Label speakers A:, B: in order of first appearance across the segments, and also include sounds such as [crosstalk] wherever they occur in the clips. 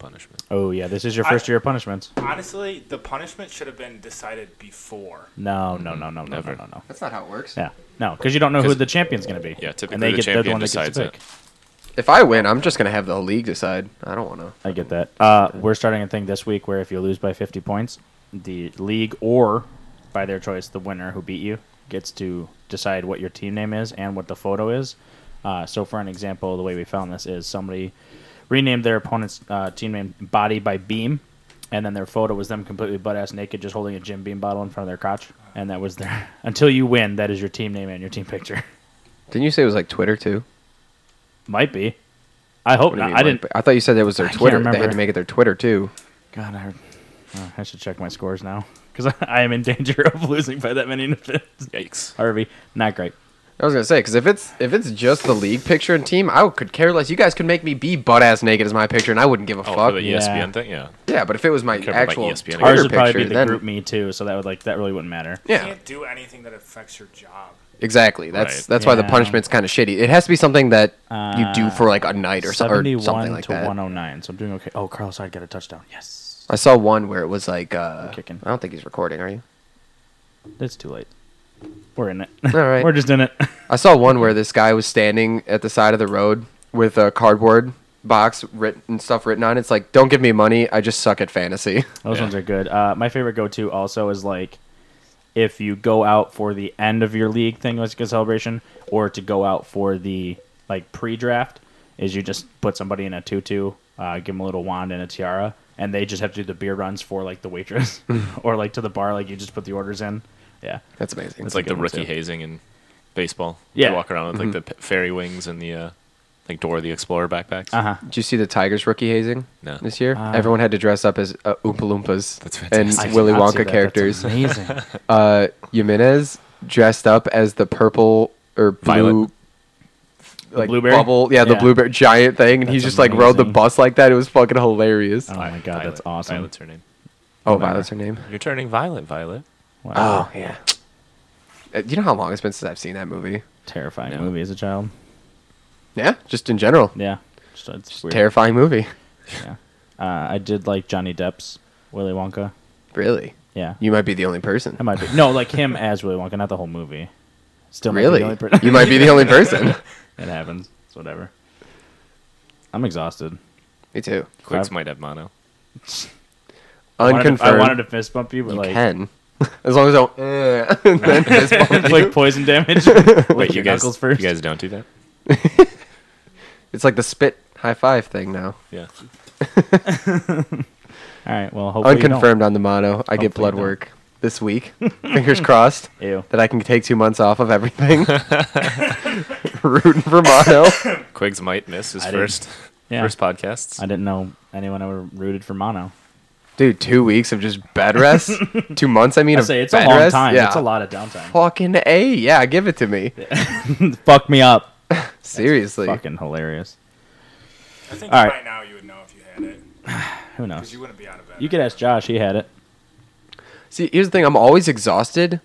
A: punishment.
B: Oh yeah, this is your
C: I-
B: first year of punishments.
C: Honestly, the punishment should have been decided before.
B: No, no, no, no, no,
A: Never.
B: no, no, no.
D: That's not how it works.
B: Yeah, no, because you don't know who
A: 'Cause-
B: the champion's going to be.
A: Yeah, typically
B: and they
A: the
B: get they're
A: champion
B: one that gets
A: decides
B: to
A: it.
B: pick.
D: If I win, I'm just gonna have the whole league decide. I don't want to.
B: I get that. Uh, we're starting a thing this week where if you lose by 50 points, the league or by their choice, the winner who beat you gets to decide what your team name is and what the photo is. Uh, so, for an example, the way we found this is somebody renamed their opponent's uh, team name Body by Beam, and then their photo was them completely butt ass naked, just holding a Jim Beam bottle in front of their crotch, and that was their [laughs] until you win. That is your team name and your team picture. [laughs]
D: Didn't you say it was like Twitter too?
B: Might be. I hope
D: What do
B: not. Oh,
D: you mean,
B: I
D: like,
B: didn't.
D: but I thought you said that was their
B: I can't
D: Twitter. They
B: remember.
D: had to make it their Twitter too.
B: God, I, heard, oh, I should check my scores now because [laughs] I, I am in danger of losing by that many. [laughs] defense.
A: Yikes.
B: Harvey, not great.
D: I was gonna say because if it's if it's just the league picture and team, I could care less. You guys could make me be butt ass naked as my picture, and I wouldn't give a
A: Oh,
D: fuck.
A: for the
B: Yeah.
A: ESPN thing? Yeah.
D: Yeah, but if it was my
A: Care about
D: actual
B: E
A: ESPN.
D: Twitter
A: Ours
B: Ours would probably
D: picture,
B: be the
D: then
B: group me too, so that would like that really wouldn't matter.
C: You
D: yeah,
C: can't do anything that affects your job.
D: exactly. That's
A: Right.
D: that's why the
B: Yeah.
D: punishment's kind of shitty. It has to be something that you
B: Uh,
D: do for like a night or, so, or something like
B: to
D: that.
B: 109, so I'm doing okay. Oh, Carlos, I got a touchdown. Yes,
D: I saw one where it was like uh,
B: We're kicking.
D: I don't think he's recording. Are you?
B: it's too late. We're in it.
D: All
B: [laughs]
D: right.
B: We're just in it.
D: I saw one where this guy was standing at the side of the road with a cardboard box written stuff written on it. It's like, don't give me money. I just suck at fantasy. [laughs]
B: Those
A: Yeah.
B: ones are good. Uh, my favorite go-to also is like if you go out for the end of your league thing, like a celebration, or to go out for the like pre-draft, is you just put somebody in a tutu, uh, give them a little wand and a tiara, and they just have to do the beer runs for like the
D: [laughs]
B: waitress [laughs] or like to the bar. Like you just put the orders in. Yeah,
D: That's amazing.
A: It's like the
B: good one,
A: rookie
B: too.
A: hazing in baseball.
B: Yeah. Mm-hmm.
A: They walk around with like the p- fairy wings and the uh, like Dora the Explorer backpacks.
B: uh huh.
D: Did you see the Tigers rookie hazing
A: No.
D: this year?
B: Uh,
D: Everyone had to dress up as uh, Oompa Loompas
A: That's
D: and
A: fantastic.
D: Willy Wonka characters.
B: amazing.
D: [laughs] Uh, Jimenez dressed up as the purple or blue.
A: Violet.
D: Like
B: blueberry?
D: bubble, yeah, the
B: Yeah.
D: blueberry giant thing, and he
B: That's
D: just like rode the
B: amazing.
D: bus like that. It was fucking hilarious.
B: Oh my god,
A: Violet.
B: that's awesome.
A: Violet's her name.
D: oh,
B: whatever.
D: Violet's her name.
A: You're turning violet, Violet.
B: Wow.
D: Oh yeah. Uh, You know how long it's been since I've seen that movie?
B: terrifying
A: No.
B: movie as a child.
D: Yeah, just in general.
B: Yeah, just, it's weird.
D: Terrifying movie.
B: Yeah. Uh, I did like Johnny Depp's Willy Wonka.
D: Really?
B: Yeah.
D: You might be the only person.
B: That might be no, like him as Willy Wonka, not the whole movie. Still, might be the
D: really?
B: only per- [laughs]
D: you might be the only person.
B: it happens. It's whatever. I'm exhausted.
D: Me too.
A: Quicks
B: Five-
A: might have mono.
B: [laughs] I wanted to-
D: Unconfirmed.
B: I wanted to fist bump you, but
D: you
B: like, [laughs]
D: can. [laughs] As long as I don't. Uh, and [laughs] then fist bump
B: it's
D: you.
B: like poison
D: [laughs]
B: damage. Lick
A: Wait, you
B: your
A: guys,
B: knuckles first.
A: you guys don't do that?
D: It's like the spit high five thing now.
A: Yeah.
B: All right. Well, hopefully you don't.
D: Unconfirmed on the mono. I
B: Hopefully
D: get blood
B: you don't.
D: work
B: [laughs]
D: this week. Fingers crossed
B: Ew.
D: that I can take two months off
B: [laughs]
D: of everything. [laughs] Rooting for mono.
A: Quiggs might miss his
B: I didn't-
A: first
B: Yeah.
A: first podcasts.
B: I didn't know anyone ever rooted for mono.
D: Dude, two weeks of
B: [laughs]
D: just bed rest. two months, I mean.
B: I
D: of
B: say it's a
D: bed
B: long
D: rest?
B: time.
D: Yeah.
B: It's a lot of downtime.
D: Fucking A. Yeah, give it to me.
B: Fuck me up.
D: Seriously.
B: Fucking hilarious.
C: I think
B: All
C: right.
B: right.
C: now you would know if you had it,
B: Who knows?
C: because you wouldn't be out of bed.
B: You could ask Josh. He had it.
D: See, here's the thing. I'm always exhausted.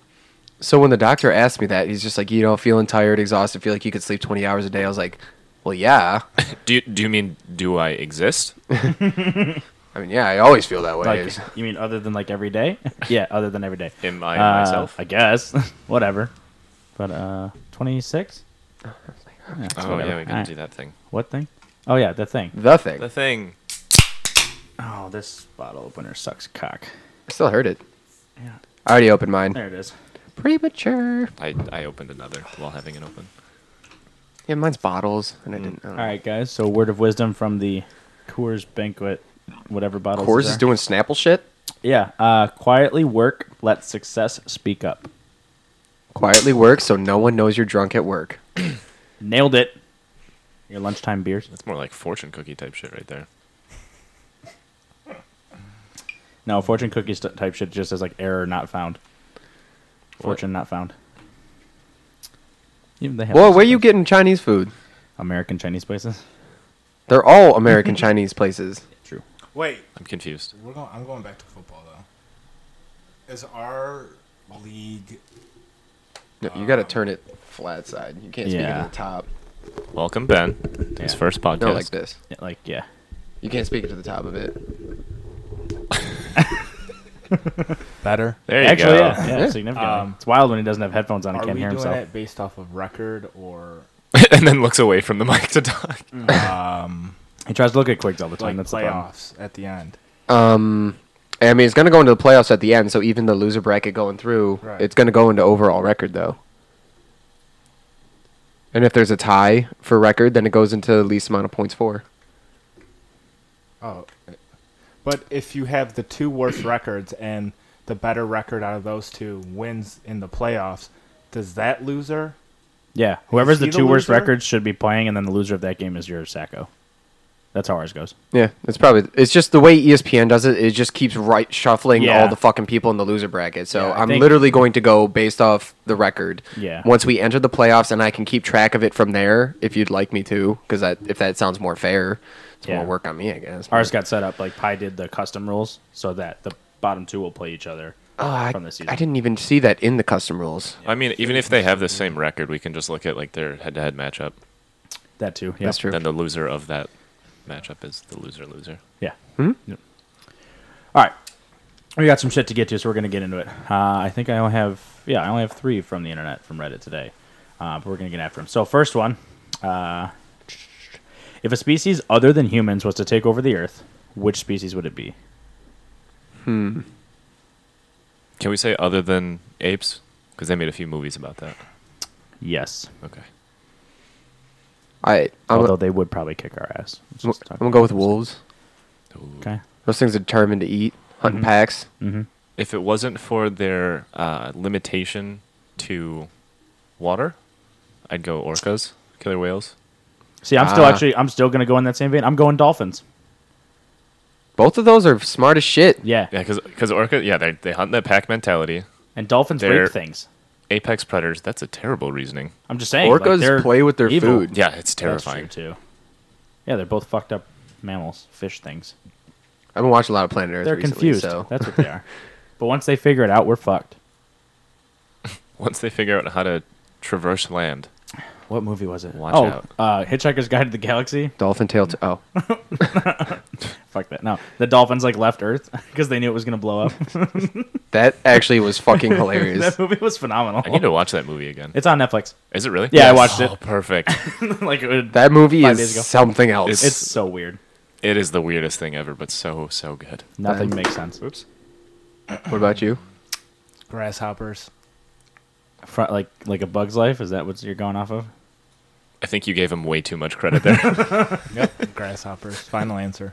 D: So when the doctor asked me that, he's just like, you know, feeling tired, exhausted, feel like you could sleep 20 hours a day. I was like, well, yeah.
A: do you, do you mean do I exist?
D: I mean, yeah, I always feel that way.
B: Like,
D: It's-
B: you mean other than like every day? [laughs] yeah, other than every day.
A: Am I
B: Uh,
A: myself?
B: I guess. [laughs] Whatever. But uh, [laughs] 26? Yeah, it's
A: oh
B: whatever.
A: yeah, we gotta
B: Alright.
A: do that thing.
B: What thing? Oh yeah, the thing.
D: the thing.
A: The thing.
B: Oh, this bottle opener sucks cock.
D: I still heard it.
B: Yeah.
D: I already opened mine.
B: There it is.
D: Premature.
A: I, I opened another while having it open.
D: Yeah, mine's bottles, and I didn't. I
B: Mm.
D: don't
B: All
D: know.
B: right, guys. So word of wisdom from the Coors Banquet, whatever bottle.
D: Coors is doing Snapple shit.
B: Yeah. Uh, quietly work. Let success speak up.
D: Quietly work so no one knows you're drunk at work.
B: Nailed it. Your lunchtime beers.
A: That's more like fortune cookie type shit right there.
B: No, fortune cookies t- type shit just says like error not found. Fortune not found. Even they have
D: Well,
B: those
D: where you
B: places.
D: getting Chinese food?
B: American Chinese places?
D: They're all American Chinese places.
B: True.
C: Wait,
A: I'm confused.
C: we're going. I'm going back to football though. Is our league?
D: No, you got to turn it flat side. You can't speak
B: Yeah.
D: at the top.
A: Welcome Ben. to His
B: Yeah.
A: first podcast.
D: No, like this.
B: Like yeah.
D: You can't speak it to the top of it.
C: Better.
A: There you
B: Actually,
A: go.
B: yeah, yeah,
D: Yeah.
B: significantly.
C: Um,
B: it's wild when he doesn't have headphones on and
E: Are
B: can't
E: we
B: hear
E: doing
B: himself.
E: it based off of record or
A: [laughs] and then looks away from the mic to talk.
C: Um,
B: He tries to look at quigs all the
E: like
B: time. That's the problem.
E: playoffs at the end?
D: Um, I mean, it's going to go into the playoffs at the end, so even the loser bracket going through,
E: Right.
D: it's going to go into overall record, though. And if there's a tie for record, then it goes into the least amount of points for.
E: Oh, but if you have the two worst [coughs] records and the better record out of those two wins in the playoffs, does that loser?
B: Yeah, whoever's the
E: he the
B: two worst
E: loser?
B: records should be playing, and then the loser of that game is your sacco. That's how ours goes.
D: Yeah, it's probably it's just the way E ESPN does it. It just keeps right shuffling
B: Yeah.
D: all the fucking people in the loser bracket. So
B: Yeah, I
D: I'm
B: think-
D: literally going to go based off the record.
B: Yeah.
D: Once we enter the playoffs, and I can keep track of it from there, if you'd like me to, because that if that sounds more fair, it's
B: Yeah.
D: more work on me, I guess.
B: Ours got set up like Pi did the custom rules so that the bottom two will play each other
D: Oh, I,
B: from the season.
D: I didn't even see that in the custom rules.
A: I mean, even if they have the same record, we can just look at like their head-to-head matchup.
B: That too. Yeah.
D: That's true.
A: Then the loser of that matchup is the loser loser.
B: Yeah.
D: Hmm?
B: Yep. All right. We got some shit to get to, so we're going to get into it. Uh, I think I only have, yeah, I only have three from the internet from Reddit today, uh, but we're going to get after them. So, first one uh, if a species other than humans was to take over the Earth, which species would it be?
A: Can we say other than apes? Because they made a few movies about that.
B: Yes.
A: Okay.
D: I I'm,
B: Although they would probably kick our ass. Let's
D: I'm
B: just talk
D: gonna
B: about
D: go with
B: this.
D: wolves.
B: Okay.
D: Those things are determined to eat,
B: Mm-hmm.
D: hunting packs.
A: If it wasn't for their uh, limitation to water, I'd go orcas, killer whales.
B: See, I'm still
D: Ah.
B: actually, I'm still going to go in that same vein. I'm going dolphins.
D: Both of those are smart as shit.
B: Yeah.
A: Yeah, because orca, yeah, they they hunt that pack mentality.
B: And dolphins
A: They're-
B: rape things.
A: Apex predators. That's a terrible reasoning.
B: I'm just saying.
D: Orcas
B: they're
D: play with their
B: evil.
D: food.
A: Yeah, it's
B: That's true,
A: terrifying.
B: too. Yeah, they're both fucked up mammals, fish things.
D: I've been watching a lot of Planet Earth.
B: They're
D: recently,
B: confused.
D: So
B: That's what
A: [laughs]
B: they are. but once they figure it out, we're fucked.
A: [laughs] Once they figure out how to traverse land,
B: What movie was it?
A: Watch
B: oh,
A: out.
B: Uh, Hitchhiker's Guide to the Galaxy.
D: dolphin tail. T- oh,
B: Fuck that. No, the dolphins like left Earth [laughs] because they knew it was
A: [laughs]
B: gonna blow up.
D: that actually
B: [laughs]
D: was fucking hilarious.
B: that movie was phenomenal.
A: I need to watch that movie again.
B: [laughs] It's on Netflix. [laughs]
A: Is it really?
B: Oh. Yeah, I watched
A: Oh,
B: it. [laughs]
A: perfect.
B: like it would-
D: That movie
B: Five days ago.
D: is something else.
B: it's so weird.
A: It is the weirdest thing ever, but so so good.
B: Nothing
D: Thanks.
B: makes sense.
D: Oops. What about you?
E: Grasshoppers.
B: Fr- like like a Bug's Life. Is that what you're going off of?
A: I think you gave him way too much credit
B: [laughs]
A: there. [laughs]
E: Yep, [laughs] grasshoppers. Final answer.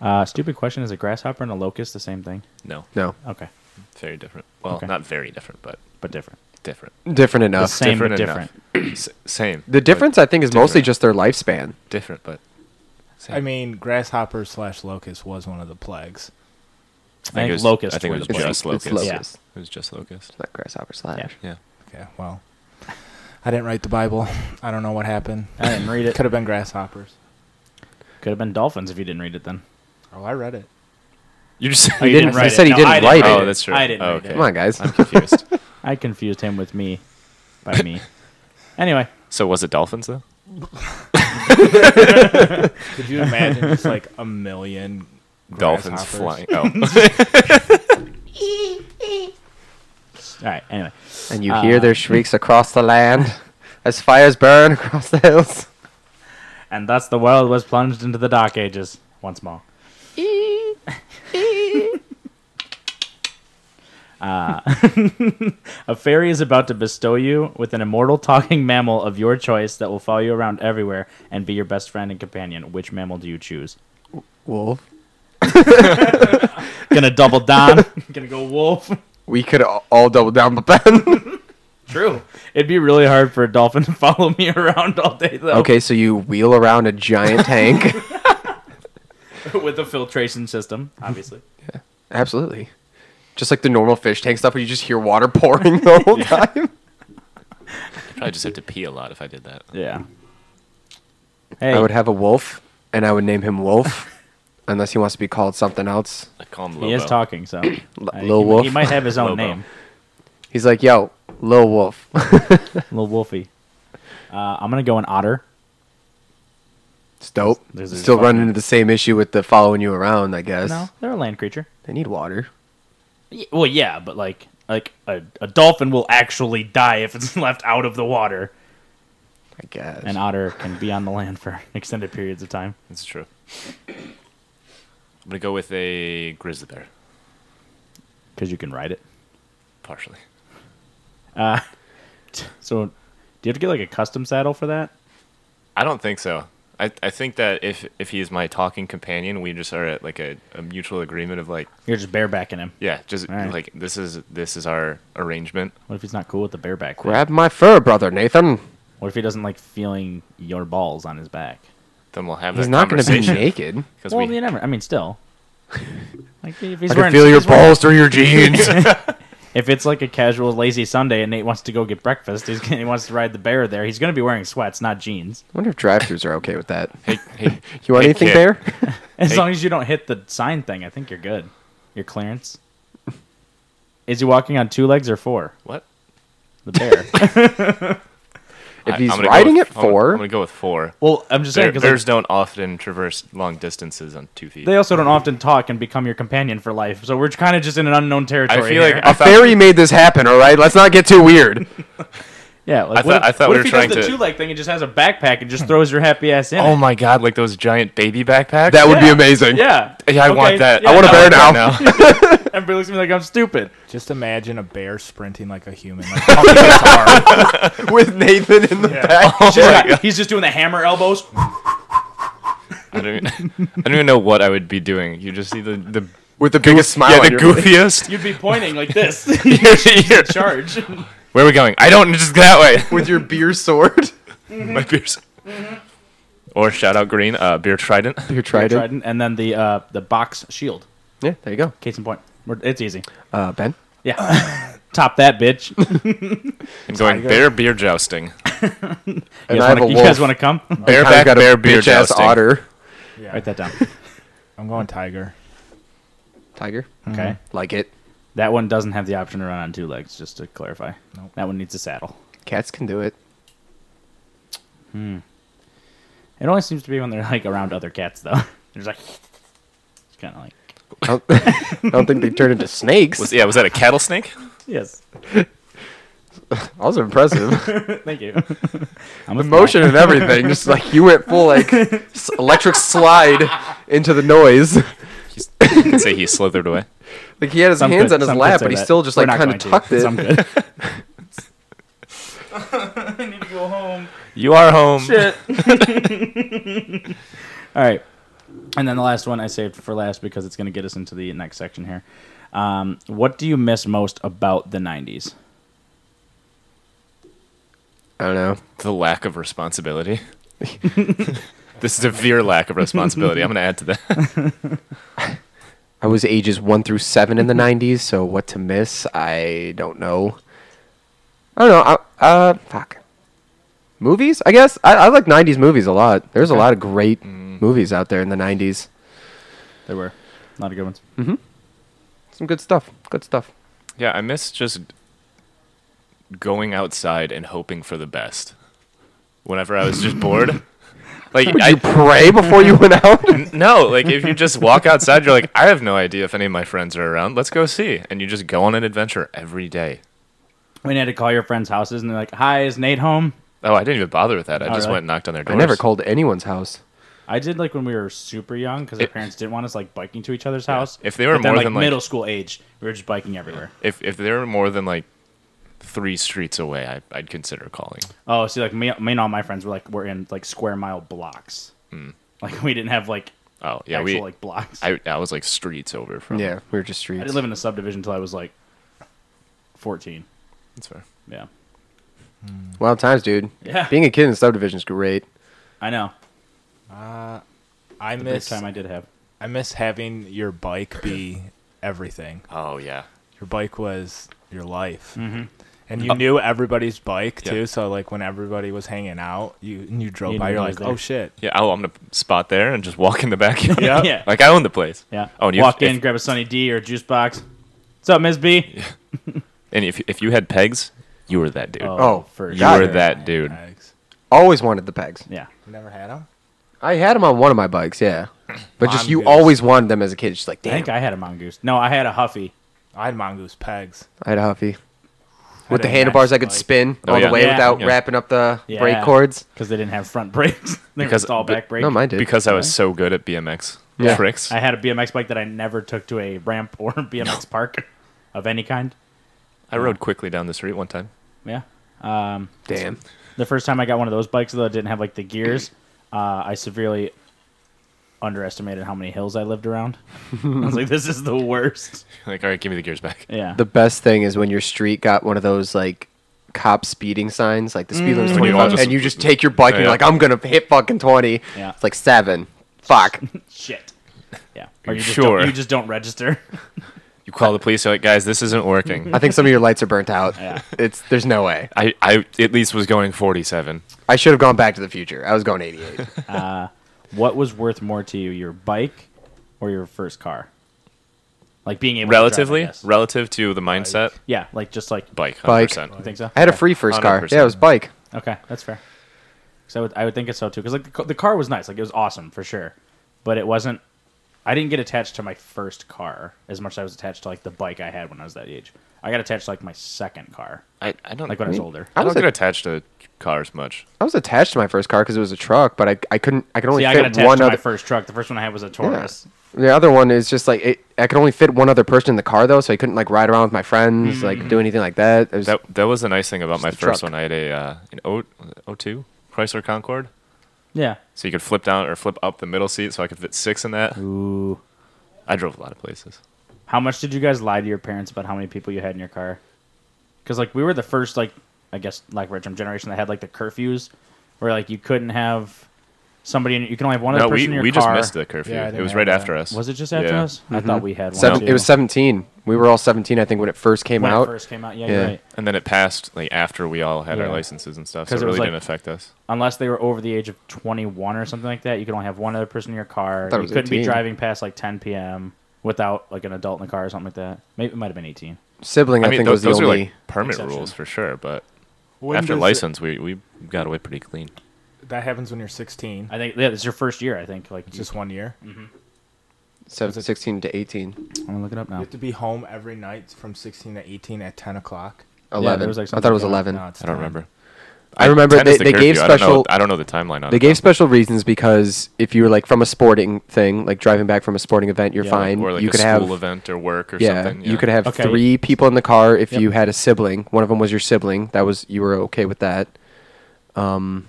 B: Uh, stupid question. Is a grasshopper and a locust the same thing?
A: no,
D: No,
B: Okay,
A: very different. Well,
B: Okay.
A: not very different, but
B: but different.
A: different.
D: different
B: The
D: enough.
B: same but different.
A: enough. [clears throat] S- same.
D: The
A: but
D: difference, I think, is mostly
A: different.
D: just their lifespan.
A: different, but same.
E: I mean, grasshopper slash locust was one of the plagues.
A: I
B: think
A: it was,
B: locust
A: I think it was
B: was
A: just
B: different.
A: locust.
D: It's locust.
A: It was just locust.
D: It's not grasshopper slash.
B: Yeah.
A: Yeah.
E: Okay, well, I didn't write the Bible. I don't know what happened.
B: I didn't read
E: It
B: it.
E: could have been grasshoppers.
B: Could have been dolphins if you didn't read it. Then
E: Oh, I read it.
A: You [laughs] just
B: Oh, [laughs] you
D: didn't- I said he
B: No,
D: didn't write
A: Oh,
D: it.
A: that's true.
B: I didn't.
A: Oh,
B: read it.
A: okay.
D: Come on, guys.
A: I'm
B: [laughs]
A: confused.
B: I confused him with me by me. anyway,
A: so was it dolphins though?
E: Could you imagine just like a million
A: Dolphins flying.
E: grasshoppers?
A: Oh, [laughs]
B: all right. Anyway,
D: [laughs] And
B: Uh,
D: you hear their shrieks across
B: [laughs]
D: the land as fires burn across the hills.
B: and thus the world was plunged into the dark ages once more. [laughs] uh, [laughs] a fairy is about to bestow you with an immortal talking mammal of your choice that will follow you around everywhere and be your best friend and companion. Which mammal do you choose?
D: Wolf.
B: Gonna double down. [laughs] Gonna go wolf.
D: We could a- all double down, but then.
B: True. It'd be really hard for a dolphin [laughs] to follow me around all day though.
D: okay, so you wheel around a giant tank.
B: [laughs] with a filtration system, obviously.
D: Absolutely. Just like the normal fish tank stuff where you just hear water pouring the whole time.
A: I'd probably just have to pee a lot if I did that.
B: yeah. Hey,
D: I would have a wolf, and I would name him Wolf,
B: [laughs]
D: unless he wants to be called something else.
A: I call him Lobo.
B: he is talking, so
D: [coughs] L-
B: Uh,
D: Lil
B: he,
D: Wolf.
B: He might have his own
A: Lobo.
B: name,
D: He's like, yo, Lil Wolf.
B: Lil Wolfie. Uh, I'm gonna go an otter.
A: [laughs]
D: It's dope.
B: This is
D: Still
B: fun.
D: running into the same issue with the following you around, I guess.
B: No, they're a land creature.
D: They need water.
B: Y- Well, yeah, but like like a, a dolphin will actually die if it's [laughs] left out of the water.
D: I guess.
B: An otter can be on the land for [laughs] extended periods of time.
A: That's true. I'm gonna go with a grizzly bear,
B: because you can ride it.
A: partially.
B: So, do you have to get like a custom saddle for that?
A: I don't think so. I, I think that if if he is my talking companion, we just are at like a, a mutual agreement of like,
B: You're just barebacking him.
A: yeah, just
B: All right.
A: like this is this is our arrangement.
B: What if he's not cool with the bareback? thing?
D: Grab my fur, brother Nathan.
B: What if he doesn't like feeling your balls on his back?
A: Then we'll have
D: He's
A: that
D: not going to be
A: conversation.
D: naked.
A: Because
B: Well,
A: we,
B: you never. I mean, still. Like if he's
D: I can
B: wearing,
D: feel
B: if
D: your
B: he's wearing-
D: balls
B: [laughs]
D: through your jeans.
B: If it's like a casual lazy Sunday and Nate wants to go get breakfast, he's, gonna- he wants to ride the bear there. He's going to be wearing sweats, not jeans. [laughs]
D: I wonder if drive-throughs are okay with that.
A: hey, hey,
D: [laughs] You want
A: hey,
D: anything
A: kid.
D: there?
A: [laughs]
B: As
A: Hey.
B: long as you don't hit the sign thing, I think you're good. Your clearance. Is he walking on two legs or four?
A: What?
B: The bear.
D: If
A: I-
D: he's
A: I'm gonna go
D: riding
A: with-
D: at
A: I'm gonna- I'm
D: 4
A: gonna go with four.
B: well, I'm just saying
A: Bear,
B: because like,
A: bears don't often traverse long distances on two feet.
B: They also don't often talk and become your companion for life, so we're kind of just in an unknown territory.
A: I feel
B: here.
A: like
D: a fairy made this happen. All right, let's not get too weird.
B: yeah. Like,
A: I
B: what
A: thought-
B: if,
A: I thought
B: what
A: we
B: if
A: were
B: he
A: trying
B: does the
A: to- Hmm.
B: two leg thing and just has a backpack and just throws your happy ass in?
A: Oh
B: it?
A: my god, like those giant baby backpacks.
D: That would be
B: Yeah.
D: amazing.
B: Yeah,
A: [laughs] yeah, I
B: Okay,
A: want that.
B: yeah,
D: I want
B: no,
D: a bear now.
A: [laughs]
B: Everybody looks at me like I'm stupid.
E: Just imagine a bear sprinting like a human, like [laughs] pumping his heart.
D: [laughs] With Nathan in the
E: Yeah.
D: back.
A: Oh
B: He's just, he's just doing the hammer elbows.
A: I don't, even- [laughs] I don't even know what I would be doing. You just see the the
D: With the biggest smile.
A: yeah
D: on
A: the
D: your
A: [laughs] goofiest.
B: You'd be pointing like
A: [laughs]
B: this.
A: Here.
B: Charge.
A: Where are we going? I don't just that way.
D: [laughs] With your beer sword.
A: [laughs] My beers. Or shout out Green, uh, beer trident.
D: Your trident.
B: Trident, and then the uh, the box shield.
D: Yeah, there you go.
B: Case in point, We're-
A: [laughs]
B: it's easy.
D: Uh, ben.
B: Yeah, top that bitch. You
A: I'm going bear beer jousting.
D: And
B: guys
D: I have
B: wanna-
D: a
B: you
D: wolf.
B: guys want to come?
A: [laughs] Bareback
D: got a
A: bear beer
D: bitch ass
A: jousting.
D: otter.
E: Yeah,
B: Write that down.
A: Hmm.
E: I'm going tiger.
D: Tiger.
B: Okay.
D: Like it.
B: That one doesn't have the option to run on two legs, just to clarify.
E: Nope.
B: That one needs a saddle.
D: Cats can do it.
B: It only seems to be when they're like around other cats, though. [laughs] There's like, it's kind of like,
D: I don't, I don't think they turn into snakes.
A: Was, yeah, was that a cattle
D: [laughs]
A: snake?
B: yes,
D: That was [laughs] impressive.
B: thank you. [laughs] I'm a
D: Emotion and everything. Just like you went full like s- electric slide into the noise. [laughs]
A: He's, you could say he slithered away.
D: Like he had his
B: Some
D: hands
B: could-
D: on his
B: some could
D: lap,
B: say
D: but he
B: that.
D: still just
B: We're not
D: like kind
B: going
D: of
B: to.
D: tucked it.
B: Some could.
D: [laughs]
E: I [laughs] need to go home.
A: You are home.
B: All right, and then the last one I saved for last because it's going to get us into the next section here. Um, what do you miss most about the '90s?
D: I don't know.
A: The lack of responsibility. [laughs] the severe lack of responsibility. I'm going to add to that.
D: I was ages one through seven in the '90s, so what to miss? I don't know. I don't know. I, uh, fuck. Movies, I guess. I, I like '90s movies a lot. There's a lot of great movies out there in the '90s.
B: There were a lot of good ones.
D: Some good stuff. Good stuff.
A: Yeah, I miss just going outside and hoping for the best. Whenever I was just bored. Like
D: Would
A: I,
D: you pray before you went out?
A: [laughs] No, like if you just walk outside, you're like, I have no idea if any of my friends are around. Let's go see. And you just go on an adventure every day.
B: We had to call your friends' houses, and they're like, "Hi, is Nate home?"
A: Oh, I didn't even bother with that. I
B: Oh,
A: just
B: really?
A: went and knocked on their
D: I
A: doors.
D: never called anyone's house.
B: I did like when we were super young because our
A: It-
B: parents didn't want us like biking to each other's house.
A: If they were
B: But then,
A: more
B: like
A: than, like-
B: middle school age, we were just biking everywhere.
A: If if they were more than like three streets away, I, I'd consider calling.
B: Oh, see, like me, me and all my friends were like were in like square mile blocks. Like we didn't have like
A: Oh Hmm. yeah,
B: actual
A: we.
B: like blocks. I,
A: I, I was like streets over from.
D: Yeah, we were just streets.
B: didn't live in a subdivision until I was like fourteen.
A: that's fair.
B: Yeah,
D: Wild times, dude.
B: Yeah.
D: Being a kid in subdivision is great.
B: I know.
E: I
B: The brief
E: miss
B: time I did have.
E: I miss having your bike be everything.
A: Oh yeah,
E: Your bike was your life. Mm-hmm. And you knew everybody's bike
A: Yeah.
E: too, so like when everybody was hanging out, you and you drove
B: You
E: by,
B: knew
E: you're
B: it was
E: like,
B: there.
E: "Oh shit!"
A: yeah. Oh, I'm gonna spot there and just walk in the backyard.
E: Yeah.
B: Yeah.
A: [laughs] like I own the place.
B: Yeah.
A: Oh, and Oh, you-
B: walk in,
A: if-
B: grab a Sunny D or a juice box. What's up, Miss B?
A: And if if you had pegs, you were that dude.
D: Oh,
B: for
A: you
D: God.
A: were that dude.
E: Bags.
D: Always wanted the pegs.
B: Yeah.
E: You never had them.
D: I had them on one of my bikes, yeah. But just you
E: Mongoose.
D: always wanted them as a kid. Just like,
B: I
D: damn,
B: think I had a mongoose. No, I had a huffy.
E: I had mongoose pegs.
D: I had a Huffy. With
E: a
D: the handlebars,
E: nice
D: I could
E: bike.
D: spin
A: Oh,
D: all
A: yeah.
D: the way
B: Yeah.
D: without
A: Yeah.
D: wrapping up the
B: Yeah.
D: brake cords.
B: because they didn't have front brakes. [laughs] they
A: Because-
B: because all
A: but-
B: back brake.
D: No, mine did.
A: because I was so good at BMX
D: Yeah.
A: tricks.
B: I had a BMX bike that I never took to a ramp or [laughs] BMX park of any kind.
A: I rode quickly down the street one time. [laughs]
B: Yeah.
D: damn.
B: The first time I got one of those bikes, though, it didn't have like the gears. [clears throat] Uh, I severely underestimated how many hills I lived around. I was like, this is the worst.
A: Like, all right, give me the gears back.
B: Yeah.
D: The best thing is when your street got one of those like cop speeding signs, like the speed limit's
A: Mm. When you all
D: 25,
A: just-
D: and you just take your bike and
A: Yeah.
D: you're like, I'm gonna hit fucking 20.
B: Yeah.
D: It's like seven. Fuck.
B: Shit. Yeah. Or
A: You
B: you just
A: sure?
B: Don't, you just don't register. [laughs]
A: You call the police. You're like, guys, this isn't working.
D: I think some of your lights are burnt out. It's there's no way.
A: I, I at least was going 47.
D: I should have gone Back to the Future. I was going 88.
B: what was worth more to you, your bike or your first car? Like being able
A: Relatively,
B: to drive, I guess.
A: relative to the mindset,
B: yeah, like just like
A: bike, 100%.
D: Bike.
B: you think so?
D: I had a free first car.
A: 100%.
D: Yeah, it was bike.
B: Okay, that's fair. So I would, I would think it's so too, because like the, ca- the car was nice, like it was awesome for sure, but it wasn't. I didn't get attached to my first car as much as I was attached to like the bike I had when I was that age. I got attached to like my second car,
A: I, I don't
B: like when I was older.
A: I
D: I
A: don't
D: was
A: get
D: a-
A: attached to cars much.
D: I was attached to my first car because it was a truck, but I, I couldn't I could only
B: See, I got
D: fit
B: attached
D: one
B: to my
D: other.
B: first truck. The first one I had was a Taurus.
D: The other one is just like it, I could only fit one other person in the car though, so I couldn't like ride around with my friends,
B: Mm.
D: like do anything like that. It was,
A: That that was the nice thing about my
D: the
A: first
D: truck.
A: one. I had a uh, an O O two Chrysler Concorde,
B: Yeah.
A: so you could flip down or flip up the middle seat, so I could fit six in that.
B: Ooh.
A: I drove a lot of places.
B: How much did you guys lie to your parents about how many people you had in your car? Because like we were the first like I guess like Richmond generation that had like the curfews where like you couldn't have somebody in you can only have one
A: No,
B: other person
A: we,
B: in your
A: we just
B: car.
A: missed the curfew.
E: Yeah, I
A: it
E: didn't
A: was
E: have
A: right
E: that.
A: after us.
B: Was it just after
A: Yeah.
B: us? I thought we had one.
D: Mm-hmm. seven,
B: too.
D: it was 17. We were all 17, I think, when it first came
B: when
D: out.
B: it first came out. Yeah,
D: Yeah.
B: you're right.
A: And then it passed like after we all had our
B: Yeah.
A: licenses and stuff, so it
B: 'Cause it
A: really
B: was like-
A: didn't affect us.
B: Unless they were over the age of 21 or something like that, you could only have one other person in your car.
D: thought it
B: You
D: was
B: couldn't be
D: 18.
B: driving past like 10 p.m. without like an adult in the car or something like that. Maybe it might have been 18.
D: Sibling, I,
A: I mean,
D: think,
A: those,
D: was
A: those
D: the
A: are
D: only.
A: like permit
B: exception.
A: rules for sure, but
E: When
A: after
E: does it-
A: license, we, we got away pretty clean.
E: that happens when you're 16.
B: I think yeah, it's your first year. I think like
E: It's just one year.
D: seven, 16 to 18.
B: I'm gonna look it up now.
E: You have to be home every night from 16 to 18 at 10 o'clock.
D: 11.
B: was, like,
D: I thought it was
B: something-
D: 11.
E: No, it's
A: I don't
E: 10.
A: remember.
D: I remember
A: 10 is
D: they,
A: the
D: they gave
A: curfew. I don't know-
D: special.
A: I don't know, the timeline on
D: They
A: it.
D: gave special reasons because if you were like from a sporting thing, like driving back from a sporting event, you're
B: Yeah,
A: though.
D: fine.
A: or like
D: you
A: a
D: could
A: school
D: have
A: event or work or
D: yeah,
A: something.
D: you could have
B: Okay.
D: three people in the car if
B: Yep.
D: you had a sibling. One of them was your sibling. That was you were okay with that. Um,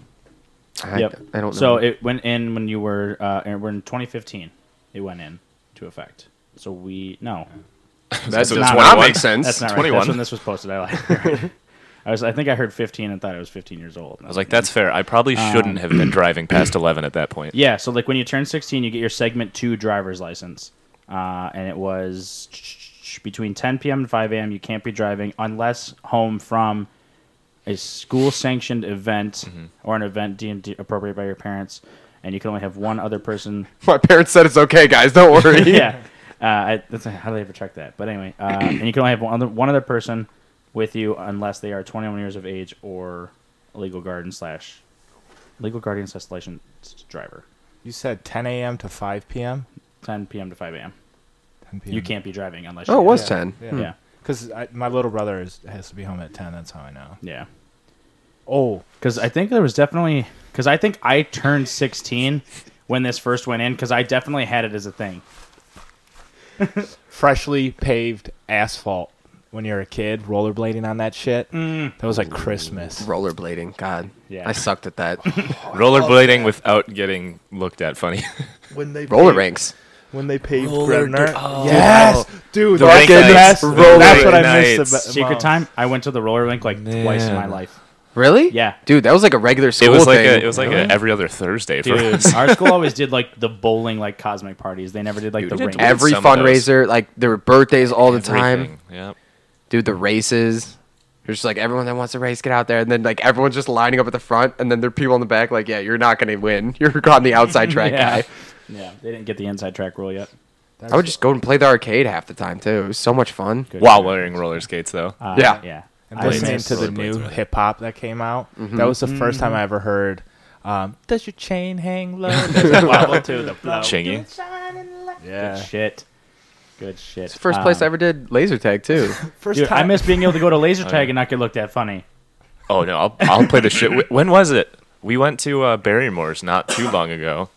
D: I,
B: yep.
D: I don't know.
B: So it went in when you were uh, and we're in 2015. It went in to effect. So we no.
D: that
A: so
D: does
A: it's
D: not
A: 21.
D: make sense.
B: That's not right.
A: 21.
B: That's when this was posted. I lied. [laughs] I was. I think I heard 15 and thought I was 15 years old.
A: I was like, that's fair. I probably
D: Um,
A: shouldn't have been driving
D: [clears throat]
A: past 11 at that point.
B: Yeah, so like when you turn 16, you get your segment two driver's license. Uh, and it was between 10 p.m. and 5 a.m. You can't be driving unless home from a school sanctioned event or an event deemed appropriate by your parents. And you can only have one other person.
D: [laughs]
B: [laughs]
D: My parents said it's okay, guys. Don't worry.
B: yeah. Uh, I, that's, how do they ever check that? But anyway, uh, and you can only have one other, one other person with you unless they are 21 years of age or legal guardian slash legal guardian slash licensed driver.
E: You said 10 a.m. to 5 p.m.
B: 10 p.m. to 5 a.m.
E: 10 p.m.
B: You can't be driving unless
D: Oh, it
B: you
D: was ten.
E: Yeah.
B: Yeah. yeah.
E: Because my little brother is, has to be home at 10. That's how I know.
B: Yeah.
E: Oh,
B: Cuz I think there was definitely cuz I think I turned 16 when this first went in cuz I definitely had it as a thing.
E: freshly paved asphalt when you're a kid, rollerblading on that shit. That was like Christmas.
D: Rollerblading. God.
B: Yeah.
D: I sucked at
B: [laughs]
D: that.
A: Rollerblading without getting looked at funny.
E: When they
D: Roller ranks.
E: When they paved
A: Roller di-
E: Grevner.
A: oh.
E: Yes, dude.
A: The
E: that's
A: rank
E: the
A: nights.
E: best.
A: Roller
E: That's what I
A: nights.
E: missed. About,
B: Secret
E: Mom.
B: time, I went to the roller rink like twice in my
A: Man.
B: life.
D: Really?
B: Yeah.
D: Dude, that was like a regular
A: it
D: school
A: was like
D: thing.
A: a, it was like a every other Thursday for [laughs] us.
B: Dude, our school always did like the bowling like cosmic parties. They never did like
A: Dude,
B: the
A: we
B: rink.
A: did
D: Every
A: some of those.
D: fundraiser, like there were birthdays all the time.
A: Everything. Yep.
D: Dude, the races. There's just like everyone that wants to race, get out there, and then like everyone's just lining up at the front, and then there are people in the back, like, yeah, you're not gonna win. [laughs] You're on the outside track
B: [laughs] yeah.
D: guy.
B: yeah, they didn't get the inside track rule yet.
D: I would just go and play the arcade half the time too. It was so much fun.
B: Good.
A: While wearing roller skates though.
B: Uh,
D: Yeah.
B: Yeah.
E: And
B: I
E: listening
A: miss
E: to the
A: rollerblades,
E: new
A: right?
D: Mm-hmm.
E: hip hop that came out. That was the first time I ever heard Um, Does your chain hang low?
B: [laughs]
E: There's a wobble to the flow.
A: Chingy.
B: Good
E: Yeah.
B: shit. Good shit.
D: It's the first place
B: Um,
D: I ever did laser tag too.
B: [laughs]
E: First
B: Dude, I
E: time.
B: miss being able to go to laser
A: yeah.
B: tag and not get looked at funny.
A: Oh no, I'll, I'll play the shit. Wh- When was it? We went to uh, Barrymore's not too long ago,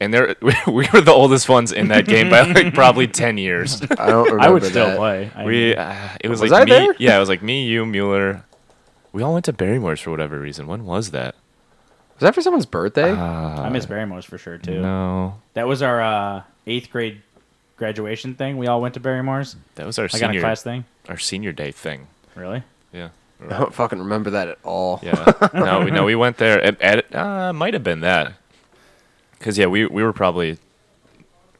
A: and there [laughs] we were the oldest ones in that game by like [laughs] probably ten years.
D: I don't remember.
B: I would still
D: that.
B: play. I
A: We
B: mean,
A: uh, it was,
D: Was
A: like
D: I
A: me.
D: there?
A: Yeah, it was like me, you, Mueller. We all went to Barrymore's for whatever reason. When was that?
D: Was that for someone's birthday?
B: I miss Barrymore's for sure too.
A: No,
B: That was our uh, eighth grade graduation thing. We all went to Barrymore's.
A: that was our
B: I got a
A: senior
B: class thing.
A: our senior day thing.
B: Really?
A: Yeah.
D: I don't fucking remember that at all.
A: Yeah. no, we, no, we went there. It, it uh, might have been that. Because, yeah, we, we were probably,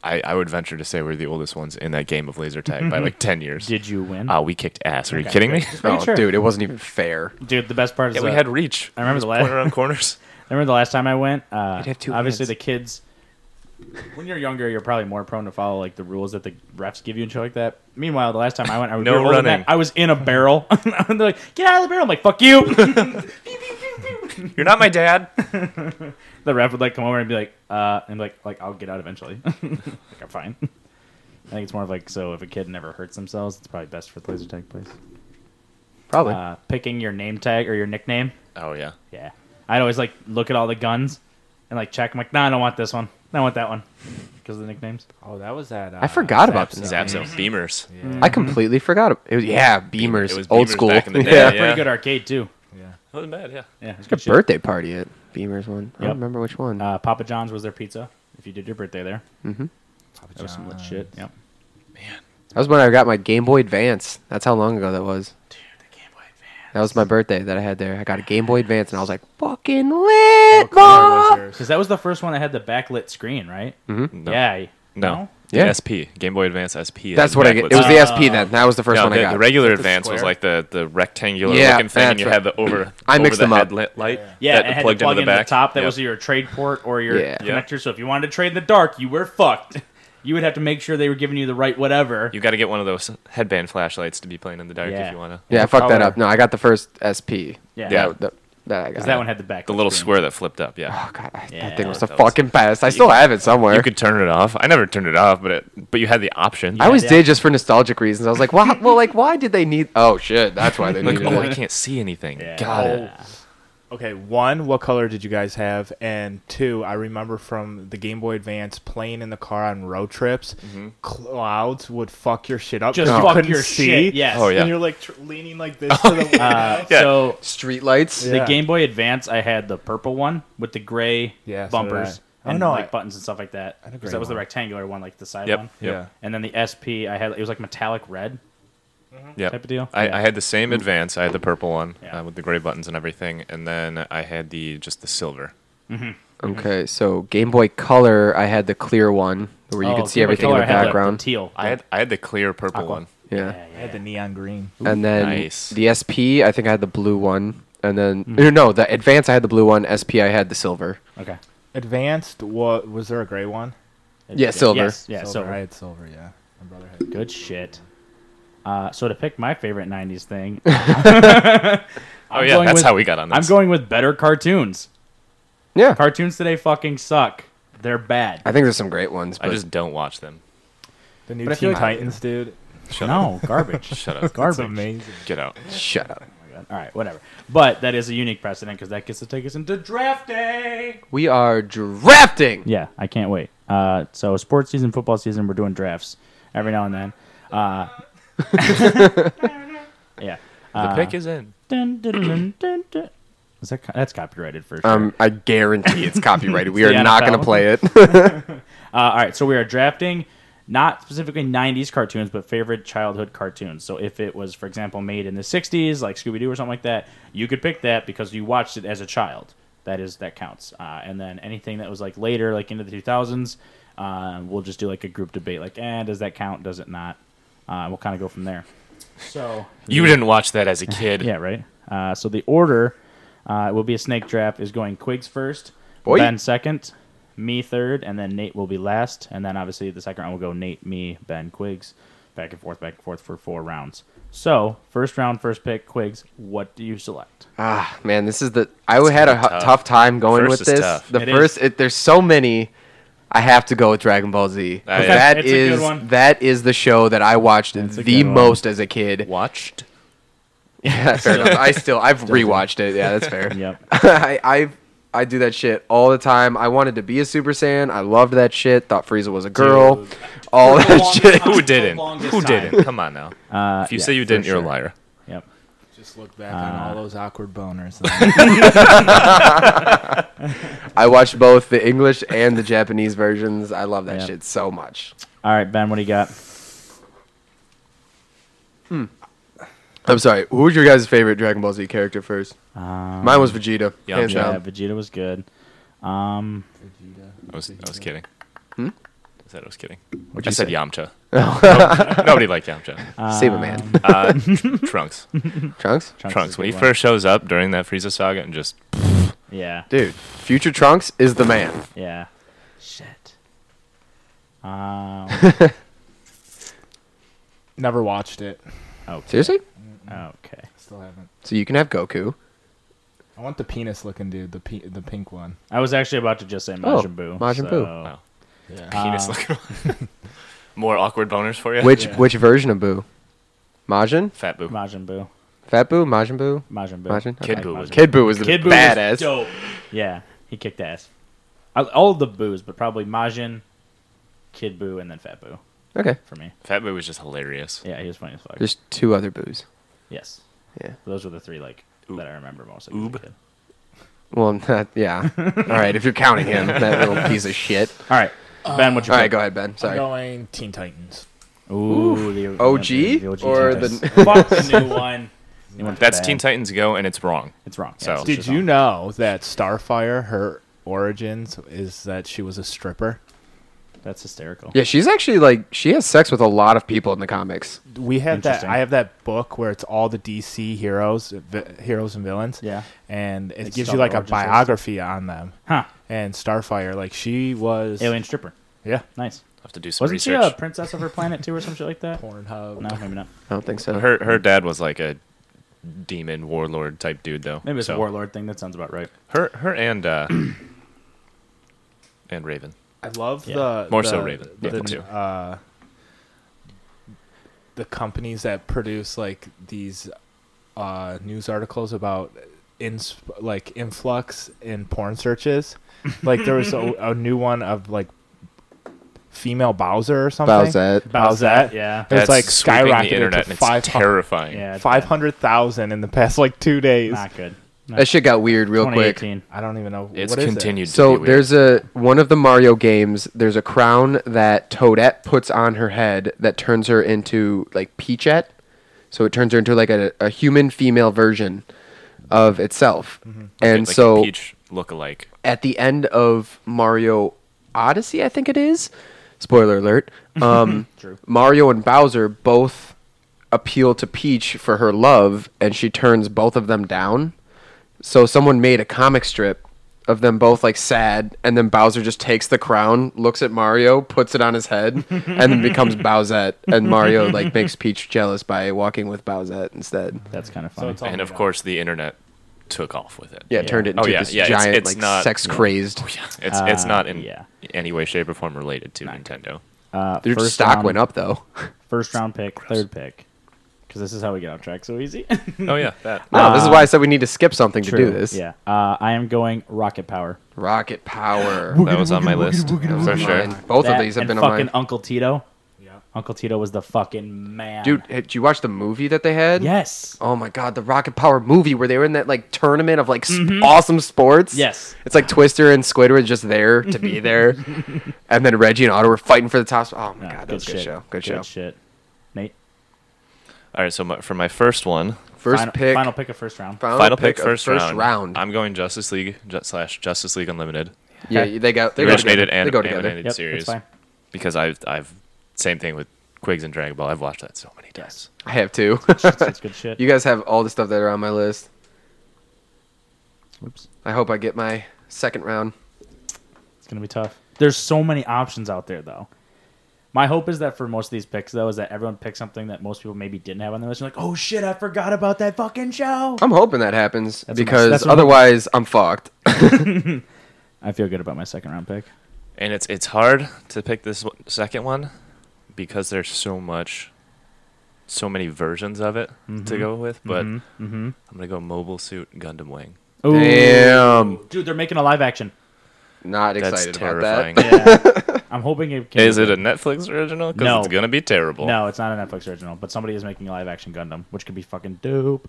A: I, I would venture to say we're the oldest ones in that game of laser tag
B: Mm-hmm.
A: by like 10 years.
B: Did you win?
A: Ah, we kicked ass. Are you kidding me?
B: making
D: Oh,
B: sure.
D: dude, it wasn't even fair.
B: Dude, the best part is
A: Yeah, we
B: uh,
A: had reach.
B: I remember the
A: Point
B: last.
A: around
B: [laughs]
A: corners.
B: I remember the last time I went. Uh,
D: You'd have two
B: obviously,
D: hands.
B: the kids. When you're younger, you're probably more prone to follow like the rules that the refs give you and shit like that. Meanwhile, the last time
A: [laughs]
B: I went, I was,
A: No
B: we were older than
A: running.
B: that. I was in a barrel. [laughs] They're like, "Get out of the barrel!" I'm like, "Fuck you!" [laughs]
A: You're not my dad.
B: the ref would like come over and be like, "Uh," and be like, "Like I'll get out eventually." [laughs] like I'm fine. I think it's more of like so if a kid never hurts themselves, it's probably best for the laser tag place.
D: Probably.
B: Uh, picking your name tag or your nickname.
A: Oh, yeah.
B: Yeah. I'd always like look at all the guns and like check. I'm like, nah, I don't want this one. I want that one because of the nicknames.
E: oh, that was that. Uh,
D: I forgot about
E: Zap's
D: that.
E: Zone.
A: Zaps and
B: Mm-hmm.
A: Beamers.
D: I completely forgot. ab- It was, yeah, Beamers,
A: It was
D: old
A: Beamers
D: school.
A: back in the day,
D: [laughs] yeah.
A: yeah.
B: Pretty good arcade too.
E: Yeah.
A: wasn't bad, yeah.
B: Yeah, it's
D: It's a
B: good shit.
D: birthday party at Beamers one. I
B: Yep.
D: don't remember which one.
B: Uh, Papa John's was their pizza. If you did your birthday there,
E: Papa
B: that was some lit
E: John's.
B: shit. Yep.
D: that was when I got my Game Boy Advance. That's how long ago that was. That was my birthday that I had there. I got a Game Boy Advance and I was like, fucking lit,
E: What color was
D: bro.
E: yours?
B: Because that was the first one that had the backlit screen, right?
D: Mm-hmm.
A: No.
B: Yeah. I-
A: No. The
D: Yeah.
A: SP. Game Boy Advance SP.
D: That's what I get. It was the SP then. That was the first
A: no,
D: one
A: the,
D: I got.
A: the regular
E: Is it the
A: advance was
E: square?
A: like the, the rectangular
D: Yeah,
A: looking thing, and
D: that's
A: you
D: right.
A: had the over.
D: [clears throat] I
A: over
D: mixed
A: the
D: them up.
A: Headlight light
B: Yeah,
A: that
B: and had
A: plugged
B: to plug
A: into
B: in
A: the back.
B: top. That
A: Yep.
B: was your trade port or your
D: Yeah.
A: Yeah.
B: connector. So if you wanted to trade in the dark, you
A: [laughs]
B: were fucked. You would have to make sure they were giving you the right whatever.
A: You got to get one of those headband flashlights to be playing in the dark
B: Yeah.
A: if you want to.
D: yeah, I fucked that
E: color?
D: up. No, I got the first SP.
A: Yeah.
B: Yeah.
D: That, that, that I got.
B: Because that one had the back.
A: The little square that flipped up, yeah.
D: Oh, God, I-
B: Yeah,
D: that thing was the
A: that was-
D: fucking best. I still have it somewhere.
A: You could turn it off. I never turned it off, but it, but you had the option.
D: I always
B: yeah.
D: did just for nostalgic reasons. I was like, why, well, like, why did they need? Oh shit, that's why
A: [laughs]
D: they
A: like,
D: needed
A: oh, I
D: it.
A: can't see anything.
B: Yeah.
A: Got it.
B: Oh.
E: Okay, one, what color did you guys have? And two, I remember from the Game Boy Advance playing in the car on road trips, clouds would fuck your shit up.
B: Just
E: 'cause
B: fuck
E: you Oh. couldn't
B: your
E: see.
B: shit, yes.
A: Oh, yeah.
E: And you're like tr- leaning
B: [laughs]
E: like this to the
B: Uh,
E: window.
B: So
D: Street lights.
E: Yeah.
B: The Game Boy Advance, I had the purple one with the gray
E: Yeah, so
B: bumpers
E: did I. Oh,
B: and
E: no,
B: like
E: I-
B: buttons and stuff like that.
E: had a
B: 'Cause
E: gray
B: that was the
E: one.
B: rectangular one, like the side
A: Yep.
B: one.
E: Yeah.
B: And then the SP, I had it was like metallic red.
A: Yeah.
B: Oh, Type of deal?
A: I,
B: Yeah.
A: I had the same advance. I had the purple one
B: Yeah.
A: uh, with the gray buttons and everything, and then I had the just the silver.
D: Okay, so Game Boy Color, I had the clear one where you
B: Oh,
D: could see
B: Game Boy
D: everything
B: Color,
D: in the
B: I had
D: background.
B: teal.
A: I had I had the clear purple
B: Aqua.
A: one.
D: yeah.
E: I had the neon green.
D: and then
A: nice.
D: the SP, I think I had the blue one, and then no, no, the Advance, I had the blue one. SP, I had the silver.
B: okay.
E: Advanced, what was there a gray one?
D: Yeah, silver.
B: Yes, yeah, silver.
E: I had silver, yeah. My brother had
B: Good shit. Uh, so to pick my favorite '90s [laughs] thing,
A: oh yeah,
B: going
A: that's
B: with-
A: how we got on this.
B: I'm going with better cartoons.
D: Yeah,
B: Cartoons today fucking suck. They're bad.
D: I think there's some great ones,
A: I
D: but
A: just don't watch them.
E: the new
B: But I feel
E: Teen
B: like-
E: Titans, dude.
A: Shut up.
B: no, garbage.
A: Shut up.
E: It's
B: garbage. Oh
E: amazing.
A: Get out.
D: shut up.
B: All right, whatever. But that is a unique precedent because that gets to take us into draft day.
D: We are drafting.
B: Yeah, I can't wait. Uh, so sports season, football season, we're doing drafts every now and then. Uh, [laughs] yeah.
A: The pick is in.
B: Dun, dun, dun, dun, dun. Is that co- that's copyrighted for sure?
D: Um, I guarantee it's copyrighted. We
B: It's
D: are
B: the
D: not
B: NFL.
D: gonna play it.
B: Uh, all right, so we are drafting not specifically 90s cartoons, but favorite childhood cartoons. So if it was, for example, made in the 60s, like Scooby Doo or something like that, you could pick that because you watched it as a child. That is that counts. Uh, and then anything that was like later, like into the 2000s, uh, we'll just do like a group debate. Like, eh, does that count? Does it not? Uh, we'll kind of go from there. So
A: You didn't watch that
B: [laughs]
A: as a kid.
B: yeah, right. Uh, so the order uh, will be a snake draft. Is going Quigs first,
D: Boy.
B: Ben second, me third, and then Nate will be last. And then obviously the second round will go Nate, me, Ben, Quigs. back and forth, back and forth for four rounds. So, first round, first pick, Quigs, what do
A: [laughs]
B: you select?
D: Ah, man, this is the. I had a hu-
A: tough.
D: tough. time going
A: First
D: with
A: is
D: this.
A: tough.
D: The
B: It is.
D: first, it, there's so many. I have to go with Dragon Ball Z. 'Cause
A: Okay,
D: That
B: it's a good
D: is
B: one.
D: that is the show that I watched
B: a
D: the
B: good one.
D: most as a kid.
B: [laughs]
A: Watched.
D: [laughs] Yeah, fair enough. I still I've rewatched it. Yeah, that's
B: [laughs]
D: fair.
B: Yep.
D: [laughs] I I I do that shit all the time. I wanted to be a Super Saiyan. I loved that shit. Thought Frieza was a girl. [laughs]
B: [laughs]
D: All
C: For the
D: that
C: longest
D: shit.
C: time.
A: Who
C: the
A: didn't?
C: longest
A: Who
C: time.
A: didn't? Come on now.
B: Uh,
A: If you
B: yeah,
A: say you
B: for
A: didn't, you're a
B: sure.
A: liar.
B: Yep.
C: Just look back on
B: Uh.
C: all those awkward boners.
D: I watched both the English and the Japanese versions. I love that
B: Yeah.
D: shit so much.
B: All right, Ben, what do you got?
D: I'm sorry. Who was your guys' favorite Dragon Ball Z character first?
B: Um,
D: Mine was Vegeta.
A: yeah,
D: hands
B: yeah,
D: down.
B: Vegeta was good. Um,
A: I was, I was
B: Hmm?
A: kidding. I said I was kidding.
D: What'd
A: I
D: you
A: said
D: say?
B: [laughs]
A: Yamcha. Nope. Nobody liked Yamcha.
B: Ah.
D: Save a man.
B: [laughs]
A: Uh, tr- Trunks.
D: Trunks?
B: Um, is
A: Trunks.
B: a
A: When he
B: good one.
A: first shows up during that Frieza saga and just
B: Yeah.
D: Dude, Future Trunks is the man.
B: Yeah.
A: [laughs]
B: Shit. Um,
E: [laughs] Never watched it.
B: okay.
D: Seriously?
B: Okay.
E: Still haven't.
D: So you can have Goku.
E: I want the penis looking dude, the pe- the pink one.
B: I was actually about to just say Majin Buu.
D: Oh, Majin Buu.
B: so-
A: wow,
B: Ah.
E: Yeah.
A: penis
B: [laughs]
A: looking. More awkward boners for you.
D: Which which version of Boo? Majin?
A: Fat boo.
B: Majin Buu.
D: Fat Boo? Majin Boo?
B: Majin Buu.
D: Majin?
A: Kid
D: Okay.
A: Buu was
D: Kid Buu was the
B: Kid Buu was
D: badass.
B: dope. Yeah, he kicked ass. I- All the boos, but probably Majin, Kid Boo, and then Fat Boo
D: okay.
B: for me.
A: Fat boo was just hilarious.
B: Yeah, he was funny as fuck.
D: There's two other Boos.
B: yes.
D: Yeah.
B: Those were the three like
A: Oob.
B: that I remember most. like, as a
A: Oob.
B: kid.
D: Well, [laughs] that, yeah. All right, if you're counting him, that little piece of shit.
B: All right, Ben, what you
D: All right, go ahead, Ben.
E: I'm
D: Sorry.
E: going Teen Titans.
B: Ooh, the
D: OG or the- [laughs]
B: fuck the new one. New one's
A: That's
B: bad.
A: Teen Titans Go, and it's wrong.
B: It's wrong.
A: So-
B: it's
E: Did
B: just
E: you
B: wrong.
E: know that Starfire, her origins is that she was a stripper?
B: That's hysterical.
D: Yeah, she's actually like she has sex with a lot of people in the comics.
E: We have that.
B: Interesting.
E: I have that book where it's all the DC heroes, vi- heroes and villains.
B: Yeah.
E: and it
B: It's
E: gives
B: all
E: you like
B: the
E: a
B: origin stories.
E: biography on them.
B: Huh.
E: And Starfire, like she was,
B: Alien stripper.
E: yeah,
B: Nice.
A: I have to do some
B: Wasn't
A: research.
B: she a princess of her planet too, or some shit like
D: [laughs]
B: that?
E: Pornhub.
B: No, maybe not.
D: I don't think so.
A: her her dad was like a demon warlord type dude though.
B: Maybe it's
A: So,
B: a warlord thing. That sounds about right.
A: Her her and uh, [clears throat] and Raven.
E: I love
B: Yeah.
E: the
A: More so
E: the-
A: Raven.
E: The,
A: Yeah, me too.
E: Uh, the companies that produce like these uh, news articles about ins like influx in porn searches. Like there was [laughs] a, a new one of like female Bowser or something.
D: Bowsette.
E: Bowsette.
B: Yeah.
E: It's like
A: sweeping
E: skyrocketed to
A: and
E: five
A: it's terrifying.
B: Yeah.
E: Five hundred thousand in the past like two days.
B: Not good.
D: That shit got weird real quick.
B: 2018.
E: I don't even know.
A: It's
E: what is it?
A: continued. to
D: So
A: be weird.
D: there's a one of the Mario games. There's a crown that Toadette puts on her head that turns her into like Peachette. So it turns her into like a, a human female version of itself. And
A: Mm-hmm. like a
D: so
A: peach look alike.
D: at the end of Mario Odyssey, I think it is.
A: [laughs]
D: Spoiler alert. Um,
B: True.
D: Mario and Bowser both appeal to Peach for her love, and she turns both of them down. So someone made a comic strip of them both like sad, and then Bowser just takes the crown, looks at Mario, puts it on his head, and then
A: [laughs]
D: becomes Bowsette. And Mario like makes Peach jealous by walking with Bowsette instead.
B: That's kind of
E: So
B: funny.
E: it's all
A: and of
E: made up.
A: course, the internet took off with it.
D: Yeah, turned it
A: Oh,
D: into
A: yeah,
D: this
A: yeah, it's-
D: giant
A: it's
D: like
A: not-
D: sex crazed.
A: Yeah, [laughs] it's it's
B: Uh,
A: not in
B: yeah.
A: any way, shape, or form related to
B: [laughs]
A: Nintendo.
B: Uh,
D: Their
B: first
D: stock
B: round-
D: went up though.
B: First round pick, third pick. Because this is how we get off track so easy.
A: Oh yeah, that.
D: No, this is why I said we need to skip something to do this.
B: Yeah. Uh, I am going rocket power.
D: Rocket power.
A: That was on my list for sure.
D: Mine. Both
B: That
D: of these have
B: and
D: been on
B: fucking
D: mine.
B: Uncle Tito.
E: Yeah.
B: Uncle Tito was the fucking man.
D: Dude, hey, did you watch the movie that they had?
B: Yes.
D: Oh my god, the Rocket Power movie where they were in that like tournament of like sp- awesome sports.
B: Mm-hmm. Yes.
D: It's like Twister and Squidward just there to
B: [laughs]
D: be there. and then Reggie and Otto were fighting for the top spot. Oh my
B: Yeah,
D: god, that was a good
B: Ah, shit.
D: show. Good, show.
B: shit. Nate.
A: All right, so my, for my first one,
D: First
B: final,
D: pick.
B: Final pick of first round.
D: final
A: final pick,
D: of
A: first,
D: first
A: round.
D: round.
A: I'm going Justice League ju- slash Justice League Unlimited.
D: Yeah, they go. They go together.
A: originated and
D: they go together.
A: animated
B: Yep,
A: series.
B: It's fine.
A: Because I've I've same thing with Quigs and Dragon Ball. I've watched that so many times.
B: Yes.
D: I have two.
B: [laughs] It's, it's good
D: [laughs]
B: shit.
D: you guys have all the stuff that are on my list.
B: Oops.
D: I hope I get my second round.
B: It's gonna be tough. There's so many options out there though. My hope is that for most of these picks, though, is that everyone picks something that most people maybe didn't have on their list. You're like, oh shit, I forgot about that fucking show.
D: I'm hoping that happens
B: That's what my- that's what
D: because
B: my-
D: otherwise I'm fucked.
B: I feel good about my second round pick.
A: and it's it's hard to pick this one, second one because there's so much, so many versions of it to
B: Mhm.
A: go with. But
B: Mm-hmm.
A: I'm gonna go Mobile Suit Gundam Wing.
D: Damn.
B: dude, they're making a
A: [laughs]
B: live action.
D: Not
A: That's
D: excited about
A: terrifying.
D: that.
B: [laughs] Yeah. I'm hoping it can.
A: Is it a Netflix original? Because
B: No.
A: it's gonna be terrible.
B: [laughs] No, it's not a Netflix original, but somebody is making a live action Gundam, which could be fucking dope.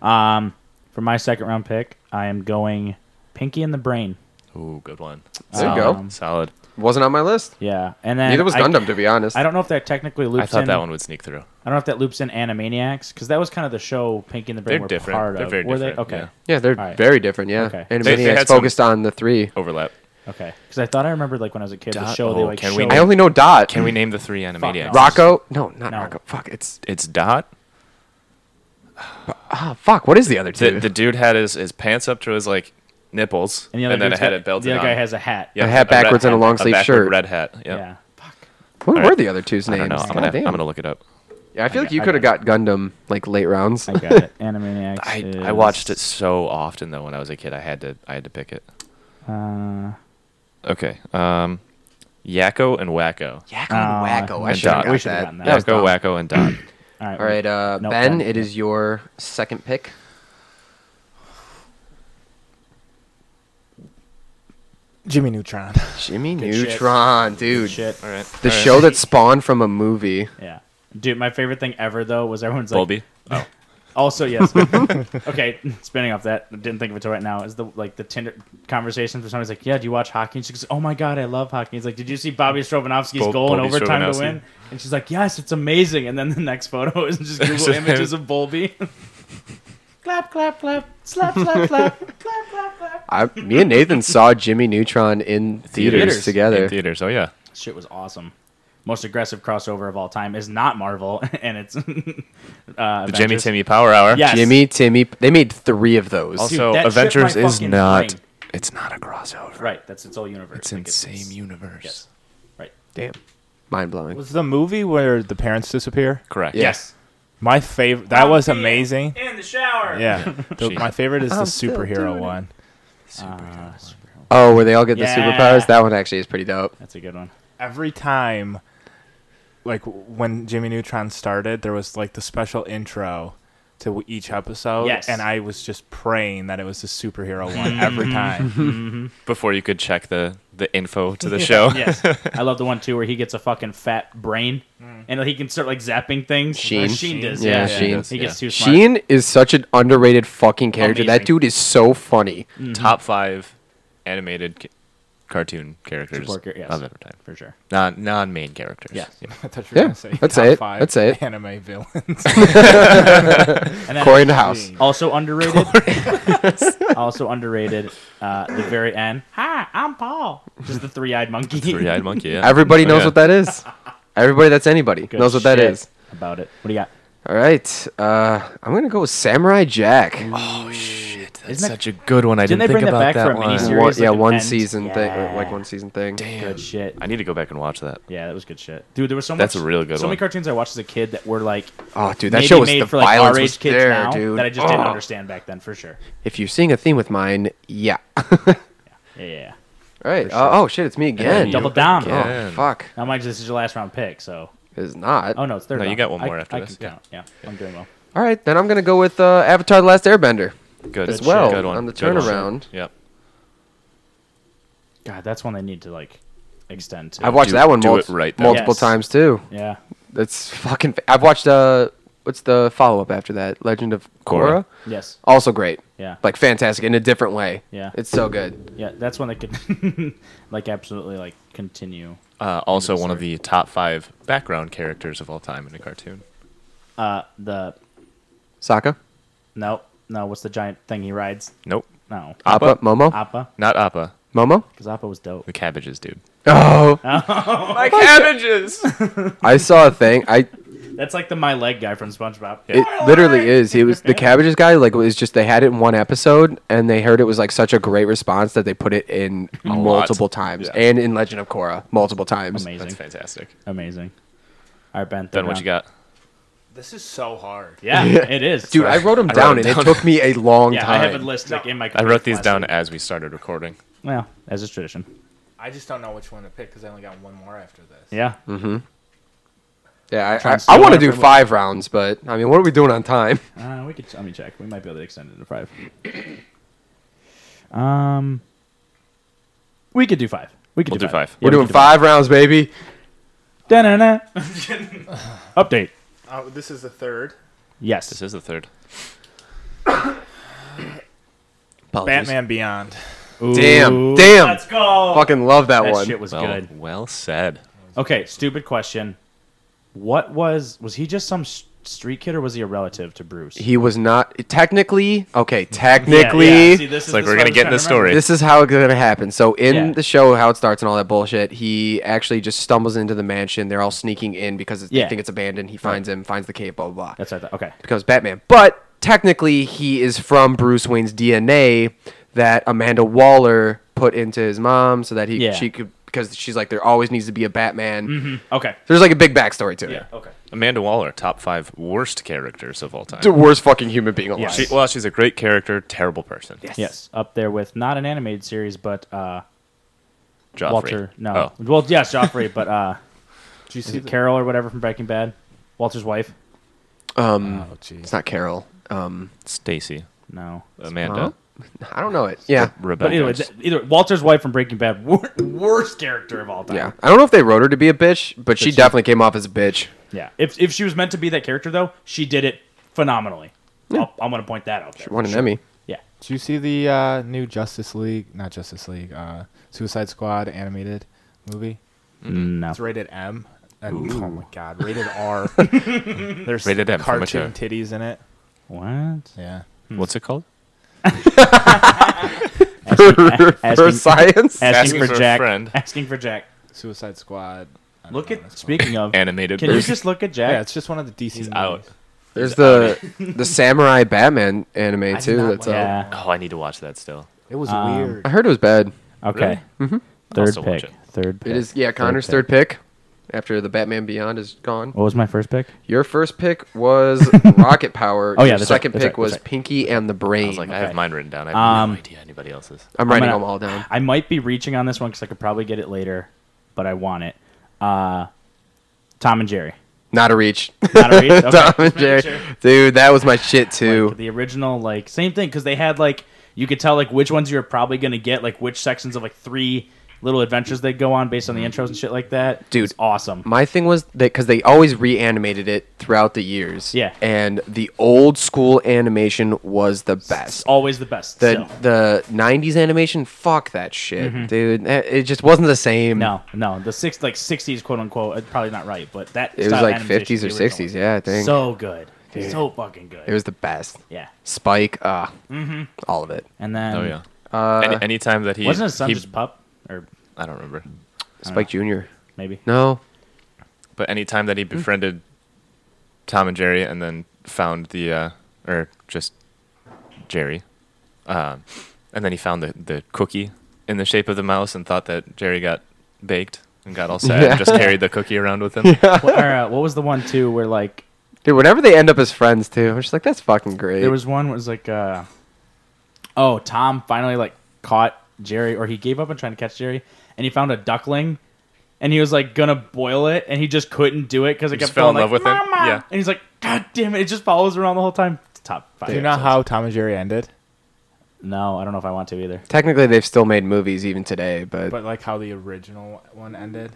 B: Um, for my second round pick, I am going Pinky and the Brain.
A: Ooh, good one.
D: There you go.
B: Um,
A: Solid.
D: [laughs] Wasn't on my list.
B: Yeah, and then
D: Neither was
B: I-
D: Gundam, to be honest.
B: I don't know if that technically loops
A: I thought
B: in.
A: that one would sneak through.
B: I don't know if that loops in Animaniacs because that was kind of the show Pinky and the Brain
A: They're
B: were
A: different.
B: part
A: They're
B: of.
A: very
B: were
A: different,
B: they? Okay,
A: yeah.
D: yeah, they're
B: Alright.
D: very different. Yeah,
B: Okay.
D: Animaniacs
A: They- they had some-
D: focused on the three.
A: Overlap.
B: okay. Because I thought I remembered like when I was a kid, the
A: Dot-
B: show they
A: oh,
B: like
A: can
B: showed.
A: we-
D: I only know Dot.
A: Can
B: Mm.
A: we name the three Animaniacs?
B: no.
D: Rocco? No, not
B: No.
D: Rocco. Fuck, it's
A: It's Dot.
D: ah fuck. What is the other two?
A: The, the dude had his, his pants up to his like nipples,
B: and the other
A: then
B: dude's
A: it had
B: got-
A: it belted
B: The other guy
A: on.
B: has a hat.
A: Yeah,
D: A hat
A: red
D: backwards and a
A: hat,
D: long sleeve
A: backward
D: shirt.
A: Red hat. Yep.
B: Yeah.
D: what
A: Alright.
D: were the other two's
A: I don't
D: names?
A: know. I'm gonna,
D: God
A: I'm
D: damn.
A: gonna look it up.
D: yeah, I feel
B: I
D: like
B: got-
D: you
B: I
D: could have
B: got
D: got Gundam like late rounds. [laughs]
B: I
A: [laughs]
B: got it. Animaniacs.
A: I,
B: is,
A: I watched it so often though when I was a kid. I had to I had to pick it.
B: Uh,
A: Okay. Um, Yakko and Wacko.
D: Yakko
B: Oh,
D: and Wacko. I
A: Uh, and
D: should have
A: Dot.
D: got
B: We should've
D: that.
B: gotten that.
D: That was
A: Yakko,
D: dumb.
A: Wacko, and
B: [clears throat]
A: Dot.
B: all right.
D: All right, uh,
B: No,
D: Ben,
B: Ben.
D: it is your second pick.
E: Jimmy Neutron.
D: Jimmy
B: Good shit.
D: Neutron, dude.
B: Shit.
A: All right.
D: The show that spawned from a movie.
B: Yeah. Dude, my favorite thing ever though was everyone's like.
A: Bulby. Oh, [laughs]
B: Also, yes. okay, spinning off that, didn't think of it till right now. Is the like the Tinder conversation for somebody's like, "Yeah, do you watch hockey?" And she goes, "Oh my god, I love hockey." He's like, "Did you see Bobby Strovanovsky's
A: Bo-
B: goal in
A: Bobby
B: overtime
A: Strovanovsky.
B: to win?" And she's like, "Yes, it's amazing." And then the next photo
A: [laughs]
B: is just Google images of Bolby. [laughs] clap, clap, clap, slap, slap, slap, clap, clap, clap.
D: I, me and Nathan saw Jimmy
A: [laughs]
D: Neutron in theaters,
B: Theaters.
D: together.
A: in theaters. Oh yeah.
B: Shit was awesome. Most aggressive crossover of all time is not Marvel, [laughs] and it's uh,
A: The
B: Avengers.
A: Jimmy Timmy Power Hour.
B: Yes.
D: Jimmy, Timmy, they made three of those.
B: Dude,
A: Also,
B: that shit
A: Avengers
B: my
A: is
B: fucking
A: not.
B: brain.
A: It's not a crossover.
B: Right, that's its whole universe.
A: It's
B: Like,
A: in the same universe.
B: Yes. Right.
D: Damn, mind blowing.
E: Was the movie where the parents disappear?
A: Correct.
D: Yeah.
B: Yes.
E: My favorite. That
B: Oh,
E: was amazing.
B: In the shower.
C: [laughs]
E: Yeah. The-
A: She-
E: my favorite is the
D: I'm still doing
E: superhero
D: it.
E: one.
B: Uh,
D: Oh, where they all get
B: Yeah.
D: the superpowers? That one actually is pretty dope.
B: that's a good
E: [laughs]
B: one.
E: every time like when Jimmy Neutron started, there was like the special intro to each episode
B: Yes.
E: and I was just praying that it was
C: [laughs]
E: the superhero one every time. [laughs]
A: Before you could check the the info
B: [laughs]
A: to the show.
B: Yes. I love the one too where he gets a fucking fat brain and he can start like zapping things.
D: Sheen.
B: Or Sheen does.
D: Yeah,
B: Yeah.
D: Sheen.
B: He gets too smart.
D: Sheen is such an underrated fucking character.
B: Amazing.
D: That dude is so funny.
B: Mm-hmm.
A: Top five animated ca- cartoon characters
B: Support char- yes.
A: of every time.
B: for sure.
A: Non non main characters.
B: Yes.
A: Yeah. [laughs]
E: I thought you
D: Yeah, that's
E: top
D: it,
E: five
D: that's it.
E: Anime [laughs] villains.
B: And then
D: Corey in the house.
B: [laughs] also underrated. [laughs] also underrated. Uh, the very end. Hi, I'm Paul. Just the three-eyed monkey.
A: Three
B: [laughs]
A: eyed monkey. Yeah.
D: Everybody
A: Oh,
D: knows
A: yeah.
D: what
A: [laughs]
D: that is. Everybody that's anybody
B: Good
D: knows what that
B: shit
D: is.
B: About it. What do you got?
D: All right, uh, I'm gonna go with Samurai Jack.
A: Oh, That's
B: Isn't that-
A: such a good one. I
B: Didn't
A: didn't,
B: they bring
A: think
B: that
A: about
B: back
A: that
B: for a
A: one.
B: miniseries?
D: One,
B: Serious,
D: yeah,
B: like,
D: one
B: event?
D: season thing, or,
B: Yeah.
D: like one season thing. Damn.
B: Good shit.
A: I need to go back and watch that.
B: Yeah, that was good shit, dude. There was so much.
A: That's a really good
B: So many
A: one.
B: cartoons I watched as a kid that were like
D: Oh, dude, that
B: maybe
D: show was
B: made
D: the
B: for like
D: violence
B: our
D: was
B: age kids
D: there,
B: now
D: dude.
B: that I just didn't
D: Oh.
B: understand back then for sure.
D: If you're seeing a theme with mine, yeah. [laughs] All
B: Yeah, yeah. yeah.
D: right. Uh, oh shit, it's me again.
A: You
B: Double
A: go
B: down.
D: Oh
A: again. Yeah.
D: fuck,
B: Now, mind you, this is your last round pick, so
D: it's not.
B: oh no, it's third.
A: No, you
B: round.
A: got one
B: I-
A: more after
B: I
A: this,
B: Can
A: yeah.
B: count. Yeah, I'm doing well.
D: All right, then I'm gonna go with uh, Avatar: The Last Airbender.
A: Good
D: As
A: shit.
D: well,
A: Good one.
D: on the
A: Good one.
D: turnaround.
A: Yep.
B: God, that's one they need to like extend. To.
D: I've watched
A: Do-
D: that one
A: do
D: mul-
A: it right then.
D: multiple
B: Yes.
D: times too.
B: Yeah,
D: That's fucking. Fa- I've watched uh, what's the follow up after that? Legend of
A: Korra.
D: Korra.
B: yes,
D: Also great.
B: yeah,
D: Like fantastic in a different way.
B: Yeah.
D: It's so good.
B: yeah. That's one that could [laughs] like absolutely like continue.
A: Uh, also, one of the top five background characters of all time in a cartoon.
B: Uh, the
D: Sokka,
B: no, no. What's the giant thing he rides?
A: Nope,
B: No,
D: Appa,
A: Appa?
D: Momo,
B: Appa,
A: not Appa.
D: Momo.
B: because Appa was dope.
A: The cabbages, dude.
D: Oh,
A: [laughs] My cabbages.
D: I saw a thing. I
B: That's like the my leg guy from SpongeBob.
D: It literally is. It was the cabbages guy. Like it was just they had it in one episode, and they heard it was like such a great response that they put it in multiple times,
A: Yeah.
D: and in Legend of Korra multiple times.
A: That's
B: Amazing,
A: fantastic.
B: amazing. All right, Ben.
A: Ben,
B: third
A: what you
B: round.
A: got?
C: [laughs] This is so hard.
B: Yeah,
D: [laughs]
B: it is,
D: Dude, I wrote them
A: I wrote
D: down,
A: it
D: and
A: down.
D: it took me
B: [laughs]
D: a long
B: yeah,
D: time.
B: I have it listed like, in my.
A: I wrote these
B: class.
A: down as we started recording.
B: Well, as is tradition.
C: I just don't know which one to pick because I only got one more after this.
B: Yeah. trying
D: yeah, I,
B: to
D: I, I
B: steal
D: want to
B: one
D: do
B: from-
D: five rounds, but I mean, what are we doing on time?
B: Uh, we could. Let me check. We might be able to extend it to five. [coughs] Um, we could do five. We could
A: We'll
B: do,
A: do five.
B: Yeah, we
D: We're doing
B: could do
D: five rounds, baby.
B: Da-na-na. Update.
C: Uh, this is the third.
B: Yes.
A: This is the third.
E: Batman Beyond.
D: Damn, damn.
B: Let's go.
D: Fucking love that,
B: that
D: one.
B: shit was
A: Well,
B: good.
A: well said.
B: Okay, stupid question. What was was he just some s- street kid or was he a relative to Bruce?
D: he was not technically okay.
B: Yeah,
D: Technically,
B: yeah, see, this is-
A: It's like
B: this
A: we're
B: is
A: gonna
B: what I was
A: get in
B: trying
A: the
B: to remember.
A: story.
D: This is how it's gonna happen. So in
B: Yeah.
D: the show, how it starts and all that bullshit, he actually just stumbles into the mansion. They're all sneaking in because they
B: Yeah.
D: think it's abandoned. He finds him, finds the cape, blah blah blah.
B: That's what I thought. Okay.
D: becomes Batman. But technically, he is from Bruce Wayne's DNA that Amanda Waller put into his mom, so that he
B: Yeah.
D: she could because she's like there always needs to be a Batman.
B: Okay.
D: There's like a big backstory to it.
B: Yeah. Okay.
A: Amanda Waller, top five worst characters of all time.
D: The worst fucking human being alive.
A: She, well, she's a great character, terrible person.
B: Yes, up there with not an animated series, but uh,
A: Joffrey.
B: Walter. No.
A: Oh.
B: Well, yes, Joffrey, but uh,
E: Did you
B: is
E: see
B: it
E: the-
B: Carol or whatever from Breaking Bad? Walter's wife?
D: Um,
E: Oh, jeez.
D: it's not Carol. Um,
A: Stacy.
B: No.
A: Amanda.
D: I don't know it. Yeah.
B: But
A: Rebecca.
B: anyway, th- either Walter's wife from Breaking Bad, wor- worst character of all time.
D: Yeah, I don't know if they wrote her to be a bitch, but, she, definitely came off as a bitch.
B: Yeah. If if she was meant to be that character though, she did it phenomenally. I'll, I'm gonna point that out. There.
D: Won an Emmy.
B: Yeah.
E: Did you see the uh, new Justice League? Not Justice League. Uh, Suicide Squad animated movie.
B: No.
E: It's rated M. And, oh my god, rated
A: [laughs]
E: R. There's
A: Rated M for mature.
E: cartoon titties in it.
B: What?
E: Yeah.
A: What's it called?
D: [laughs] for
B: asking- Asking,
D: science.
A: Asking
B: for,
A: for a
B: Jack.
A: friend.
B: [laughs] Asking for Jack.
E: Suicide Squad. I
B: Look
E: don't know what [laughs]
B: at
E: it's called.
B: speaking of.
A: Animated.
B: Can you
A: version.
B: just look at Jack?
E: Yeah, it's just one of the DC.
A: He's
E: movies.
A: out.
D: There's the
B: uh,
D: the samurai Batman anime too.
E: not
D: That's
E: like
D: out.
B: Yeah.
A: Oh, I need to watch that still.
E: It was
B: Um,
D: I
E: weird.
D: heard it was bad.
B: Okay.
A: I'll
B: Third
A: still watch
B: pick.
A: it.
B: Third pick.
D: It is. Yeah, Connor's third pick after the Batman Beyond is gone.
B: What was my first pick?
D: Your first pick was
B: [laughs]
D: Rocket Power.
B: Oh, yeah,
D: Your
B: that's right,
D: second
B: that's
D: pick
B: right,
D: was
B: that's right.
D: Pinky and the Brain.
A: I was like, I
B: Okay.
A: have mine written down. I have
B: Um,
A: no idea anybody else's.
D: I'm writing
B: gonna-
D: them
B: [laughs]
D: all down.
B: I might be reaching on this one because I could probably get it later, but I want it. Uh, Tom and Jerry.
D: Not a reach.
B: Not a reach? [laughs] Okay.
D: [laughs] Tom and Jerry, dude, that was my shit
B: [laughs]
D: too.
B: Like, the original, like same thing, because they had like you could tell like which ones you were probably gonna get, like which sections of like three little adventures they go on based on the intros and shit like that.
D: Dude.
B: it's awesome.
D: My thing was that because they always reanimated it throughout the years.
B: Yeah.
D: And the old school animation was the
B: It's
D: best.
B: always the best.
D: The
B: so.
D: the '90s animation, fuck that shit, dude. Eh, It just wasn't the same.
B: no, no, the six like sixties quote unquote. uh, Probably not right, but that
D: It was
B: style of
D: like
B: animation,
D: 50s or
B: the original
D: 60s,
B: was
D: yeah, I think.
B: so good, so fucking good.
D: It was the best.
B: yeah,
D: Spike, uh, all of it.
B: and then
A: Oh yeah. Any, anytime that he
B: wasn't his son
A: he-
B: just pup or
A: I don't remember.
D: Spike Junior.
E: [laughs]
B: maybe?
D: No,
A: But anytime that he befriended Tom and Jerry and then found the uh, or just Jerry, um, and then he found the the cookie in the shape of the mouse and thought that Jerry got baked and got all sad
D: Yeah.
A: and just carried the cookie around with him.
B: what, or, uh, what was the one too where like
D: dude. Whenever they end up as friends too, I'm just like, that's fucking great.
B: There was one was like, uh, oh, Tom finally like caught Jerry, or he gave up on trying to catch Jerry, and he found a duckling, and he was like gonna boil it, and he just couldn't do it because it kept
A: just fell in
B: going,
A: love
B: like,
A: with it?
B: "Mama!"
A: Yeah.
B: and he's like, God damn it! It just follows around the whole time. It's top five.
E: Do you know
B: episodes.
E: how Tom and Jerry ended?
B: No, I don't know if I want to either.
D: Technically, they've still made movies even today, but,
E: But like how the original one ended?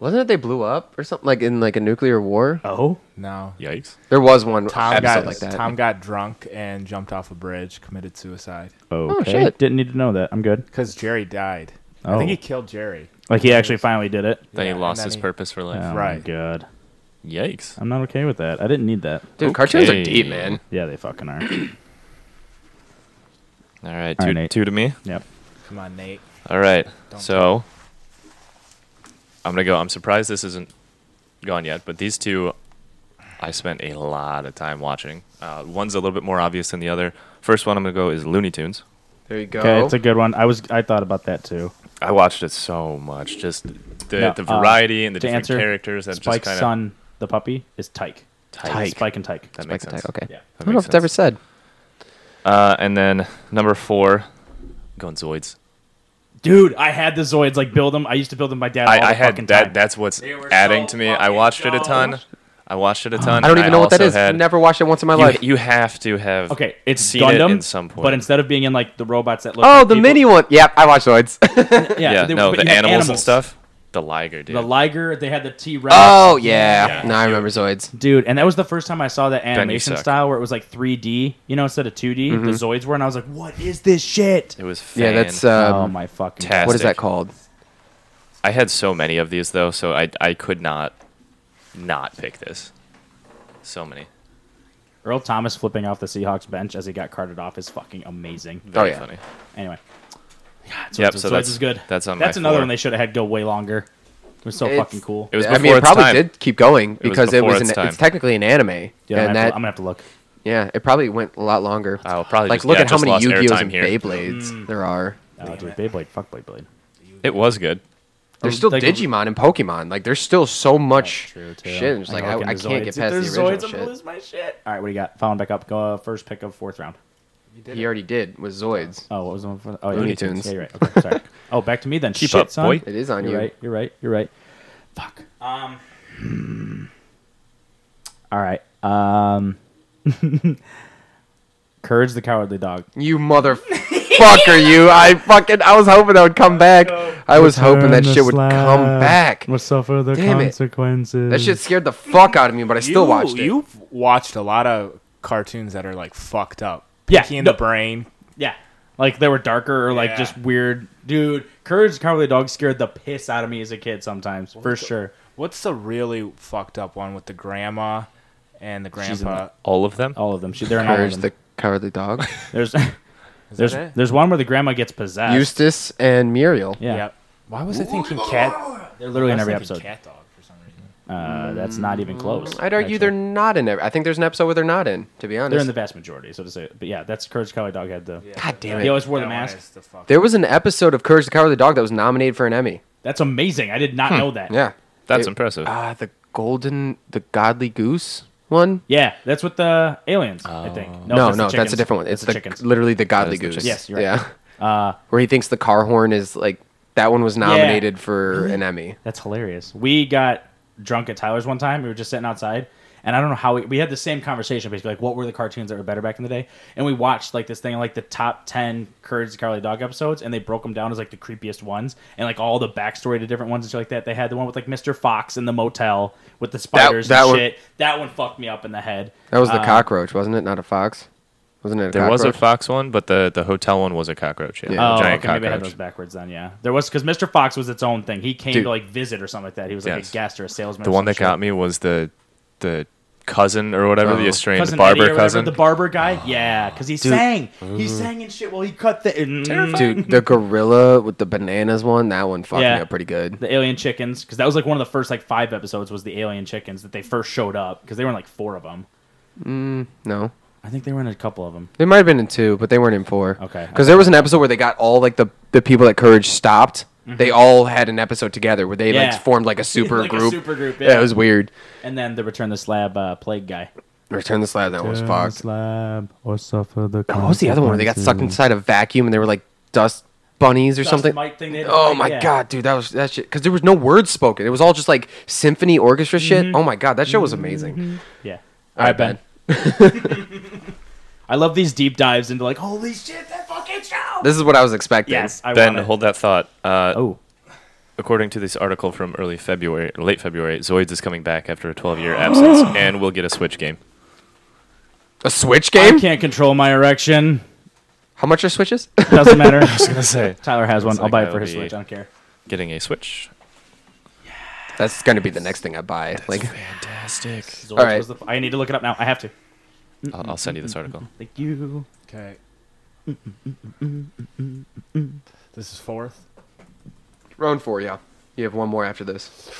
D: wasn't it they blew up or something like in like a nuclear war?
B: Oh,
E: No.
A: Yikes!
D: There was one
E: Tom
D: episode
E: got
D: like that.
E: Tom got drunk and jumped off a bridge, committed suicide
B: okay.
D: shit.
B: Didn't need to know that. I'm good.
E: because Jerry died. I
B: Oh.
E: think he killed Jerry.
B: Like he actually finally did it.
A: Then
E: Yeah,
A: he
E: and
A: lost
E: then
A: his
E: he-
A: purpose for life.
B: Oh my
E: Right.
B: god,
A: Yikes!
B: I'm not okay with that. I didn't need that.
D: Dude, cartoons are
A: Okay.
D: deep, man.
B: Yeah, they fucking
E: [clears throat]
B: are.
A: All right, two,
B: All right, Nate.
A: two to me.
B: yep.
E: Come on, Nate.
A: All right.
E: Don't
A: so I'm gonna go. I'm surprised this isn't gone yet, but these two I spent a lot of time watching. Uh, one's a little bit more obvious than the other. First one I'm gonna go is Looney Tunes.
D: There you go.
B: Okay, it's a good one. I was I thought about that too.
A: I watched it so much, just the,
B: No,
A: the
B: uh,
A: variety and the
B: to
A: different
B: answer,
A: characters that just
B: Spike's
A: kind
B: son, the puppy, is Tyke.
A: of
D: Tyke.
B: Spike and Tyke.
A: That makes sense.
D: Okay.
B: Yeah.
D: I
A: That
D: don't know if
A: makes
D: it's ever
A: sense.
D: said.
A: Uh, and then number four, going Zoids.
B: Dude, I had the Zoids. Like build them. I used to build them. My dad.
A: I,
B: all the
A: I
B: fucking
A: had
B: time.
A: that. That's what's
C: They were
A: adding
C: so
A: to me. I
C: fucking
A: watched it a ton.
C: dumb.
A: I watched it a ton.
D: I don't even know what that
A: also
D: is.
A: had-
D: Never watched it once in my
A: you,
D: life.
A: you have to have
B: Okay, it's
A: seen
B: Gundam.
A: it in some point.
B: But instead of being in like the robots that look.
D: oh,
B: like
D: the
B: people-
D: mini one. Yeah, I watched Zoids.
B: Yeah,
A: yeah,
B: they-
A: no,
B: but
A: the
B: you had
A: animals, and stuff. The Liger, dude.
B: The Liger. They had the T Rex.
D: oh yeah.
A: Yeah.
D: No, I remember Zoids.
B: Dude, and that was the first time I saw that
A: you Mm-hmm.
B: animation
A: suck.
B: style where it was like 3D, you know, instead of 2D. The Zoids were, and I was like, "What is this shit?"
A: it was
D: Yeah, that's um,
B: oh my fucking!
A: Taz-
D: what is
A: fantastic.
D: that called?
A: I had so many of these though, so I I could not not pick this. So many.
D: Oh,
B: Earl Thomas flipping off the Seahawks bench as he got carted off is fucking amazing.
A: Very
D: yeah.
A: funny.
B: Anyway, yeah, it's
A: Yep,
B: Zoids,
A: so
B: Zoids
A: that's-
B: is good.
A: that's on my
B: That's another
A: floor.
B: one they should have had go way longer. It was so
D: It's-
B: fucking cool.
A: It was
D: I
A: before
D: mean, it
A: its
D: probably
A: time.
D: did keep going
A: was
D: because it
A: before
D: was,
A: its
D: an,
A: time.
D: it's technically an anime.
B: Yeah, I'm,
D: and
B: gonna have
D: that,
B: to, I'm gonna have to look.
D: yeah, it probably went a lot longer.
A: I'll probably
D: like,
A: just,
D: look
A: Oh, yeah,
D: at how
A: just
D: many
A: lost
D: Yu-Gi-Ohs
A: airtime
D: and
A: here. Mm.
D: Beyblades there are.
B: Oh, dude, Beyblade, fuck Beyblade.
A: It was good.
D: There's still
B: like-
D: Digimon and Pokemon. Like, there's still so much
B: true, too.
D: shit. It's like, I,
B: like
D: I
B: the
D: can't
B: Zoids.
D: get
B: If
D: past the
B: there's
D: original
B: Zoids, I'm gonna
D: shit.
B: lose my shit. All right, what do you got? Following back up, go uh, first pick of fourth round.
D: He already did with Zoids.
B: Oh, what was the one for? Oh, yeah,
D: Looney Tunes.
B: Yeah, you're right. Okay,
D: [laughs]
B: sorry. oh, back to me then.
A: Keep
B: Shit,
A: up,
B: son.
A: boy.
D: It is on
B: You're
D: you.
B: right. You're right. You're right. Fuck. Um. All right. Um. [laughs] Courage the Cowardly Dog.
A: [laughs]
D: You motherfucker, you! I fucking I was hoping that would come back. I was hoping that shit would come back.
B: suffer the
D: Damn it.
B: consequences.
D: That shit scared the fuck out of me, but I still
E: you,
D: watched it.
E: You've watched a lot of cartoons that are like fucked up.
B: Yeah,
E: Pinky in
B: no.
E: the brain.
B: Yeah. Like they were darker or like
E: Yeah.
B: just weird. Dude, Courage the Cowardly Dog scared the piss out of me as a kid sometimes, for sure.
E: What's the really fucked up one with the grandma and the
B: She's in
E: grandpa?
A: All of
D: Oh,
A: them.
B: All of them. She, they're in all
D: Courage
B: of them.
D: the
B: [laughs]
D: cowardly dog.
B: There's there's
E: it?
B: there's one where the grandma gets possessed.
D: Eustace and Muriel.
B: yeah.
E: Yep. Why was I thinking cat? I
B: They're literally in
E: was
B: every
E: thinking
B: episode.
E: Cat Mm. dog for some reason.
B: Uh, that's not even close.
D: I'd argue
B: actually.
D: they're not in every. I think there's an episode where they're not in. To be honest,
B: they're in the [laughs] vast majority, so to say. But yeah, that's Courage the Cowardly Dog had the.
D: God damn
B: He
D: it!
B: always wore the
E: That one
B: mask.
E: is the fuck-
D: There was an episode of Courage the Cowardly Dog that was nominated for an Emmy.
B: That's amazing. I did not know that.
D: Hmm. Yeah,
A: That's
D: It-
A: impressive.
D: Ah, the golden, the godly goose one.
B: Yeah, that's with the aliens. I
E: Oh.
B: think.
D: No, no,
B: the
D: that's,
B: chickens.
D: a different one. It's
B: the
D: the,
B: chickens.
D: literally the godly
A: the
D: goose.
A: chickens.
B: Yes, you're right. Uh,
D: Yeah. [laughs] Where he thinks the car horn is like that one was nominated for an Emmy.
B: That's hilarious. We got drunk at Tyler's one time. We were just sitting outside, and I don't know how we, we had the same conversation basically. Like, what were the cartoons that were better back in the day? And we watched like this thing, like the top ten Courage the Cowardly Dog episodes, and they broke them down as like the creepiest ones, and like all the backstory to different ones and shit like that. They had the one with like Mr. Fox in the motel with the spiders
D: that
B: and
D: one-
B: shit. that one fucked me up in the head.
D: That was the
B: Uh,
D: cockroach, wasn't it? Not a fox. Wasn't it? A
A: there
D: cockroach?
A: was a fox one, but the, the hotel one was a cockroach. Yeah,
D: Yeah.
A: a
B: Oh,
A: giant
B: okay, maybe I had
A: cockroach.
B: those backwards then. Yeah, there was because Mr. Fox was its own thing. He came
D: Dude.
B: to like visit or something like that. He was like
A: Yes.
B: a guest or a salesman.
A: The one that got me was the the cousin or whatever,
D: Oh.
A: the estranged
B: cousin Eddie or
A: barber
B: whatever,
A: cousin.
B: the barber
D: [sighs]
B: guy. Yeah, because he sang, he sang and shit while he cut the mm,
D: Dude, the gorilla with the bananas one, that one fucked
B: Yeah.
D: me up pretty good.
B: the alien chickens. Because that was like one of the first like five episodes was the alien chickens that they first showed up because they were in like four of them.
D: No.
B: I think they were in a couple of them.
D: They might have been in two, but they weren't in four.
B: Okay,
D: Because there was an episode where they got all like the, the people that Courage stopped. They all had an episode together where they
B: Mm-hmm. Yeah.
D: like formed like a super
B: [laughs] Like a
D: group.
B: super group,
D: Yeah.
B: yeah.
D: it was weird.
B: And then the Return the Slab uh, plague guy.
D: Return the slab, that one was fucked.
F: slab or suffer the
D: Oh, what was the other one where they got sucked inside a vacuum and they were like dust bunnies or
B: Dust
D: something?
B: mite thing they had to
D: oh
B: fight,
D: my
B: yeah.
D: god, dude, that was that shit. Because there was no words spoken. It was all just like symphony orchestra
B: Mm-hmm.
D: shit. Oh my god, that show was amazing.
B: Yeah,
D: All right, Ben.
B: I love these deep dives into like holy shit that fucking show.
D: This is what I was expecting.
B: yes, I
A: then
B: want it.
A: hold that thought. Uh,
B: Oh,
A: According to this article from early February, or late February, Zoids is coming back after a 12-year
B: [gasps]
A: absence, and we'll get a Switch game.
D: A Switch
B: I
D: game?
B: can't control my erection.
D: How much are Switches? [laughs]
B: Doesn't matter.
A: I say
B: Tyler has one.
A: Looks
B: I'll
A: like
B: buy it
A: I'll
B: for his
A: be-
B: Switch. I don't care.
A: getting a Switch.
D: That's gonna be the next thing I buy. Like,
A: Fantastic.
B: Zoids
D: right.
B: was the- I need to look it up now. I have to.
A: I'll, I'll send you this article.
B: Thank you. [laughs]
E: Okay. This is fourth.
D: round four, yeah. You have one more after this.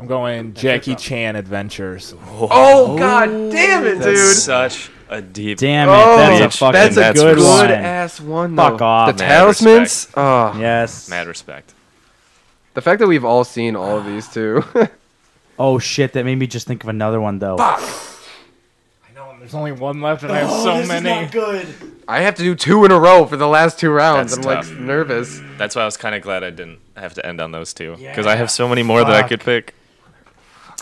E: I'm going Jackie Chan Adventures.
D: Oh, god damn it,
A: That's
D: dude.
A: such a deep.
B: Damn it,
D: Oh,
B: that's a fucking
D: that's a
A: that's
D: good,
A: one.
D: ass one.
B: Fuck
D: though.
B: off,
D: The
A: man.
D: talismans. Oh,
B: Yes.
A: Mad respect.
D: the fact that we've all seen all of these too.
B: Oh shit, that made me just think of another one though.
E: I know, and there's only one left, and I have
B: Oh,
E: so many.
B: good.
D: [laughs] I have to do two in a row for the last two rounds.
A: That's
D: I'm
A: tough.
D: like nervous.
A: That's why I was kind of glad I didn't have to end on those two because I have so many more that I
B: Fuck.
A: could pick.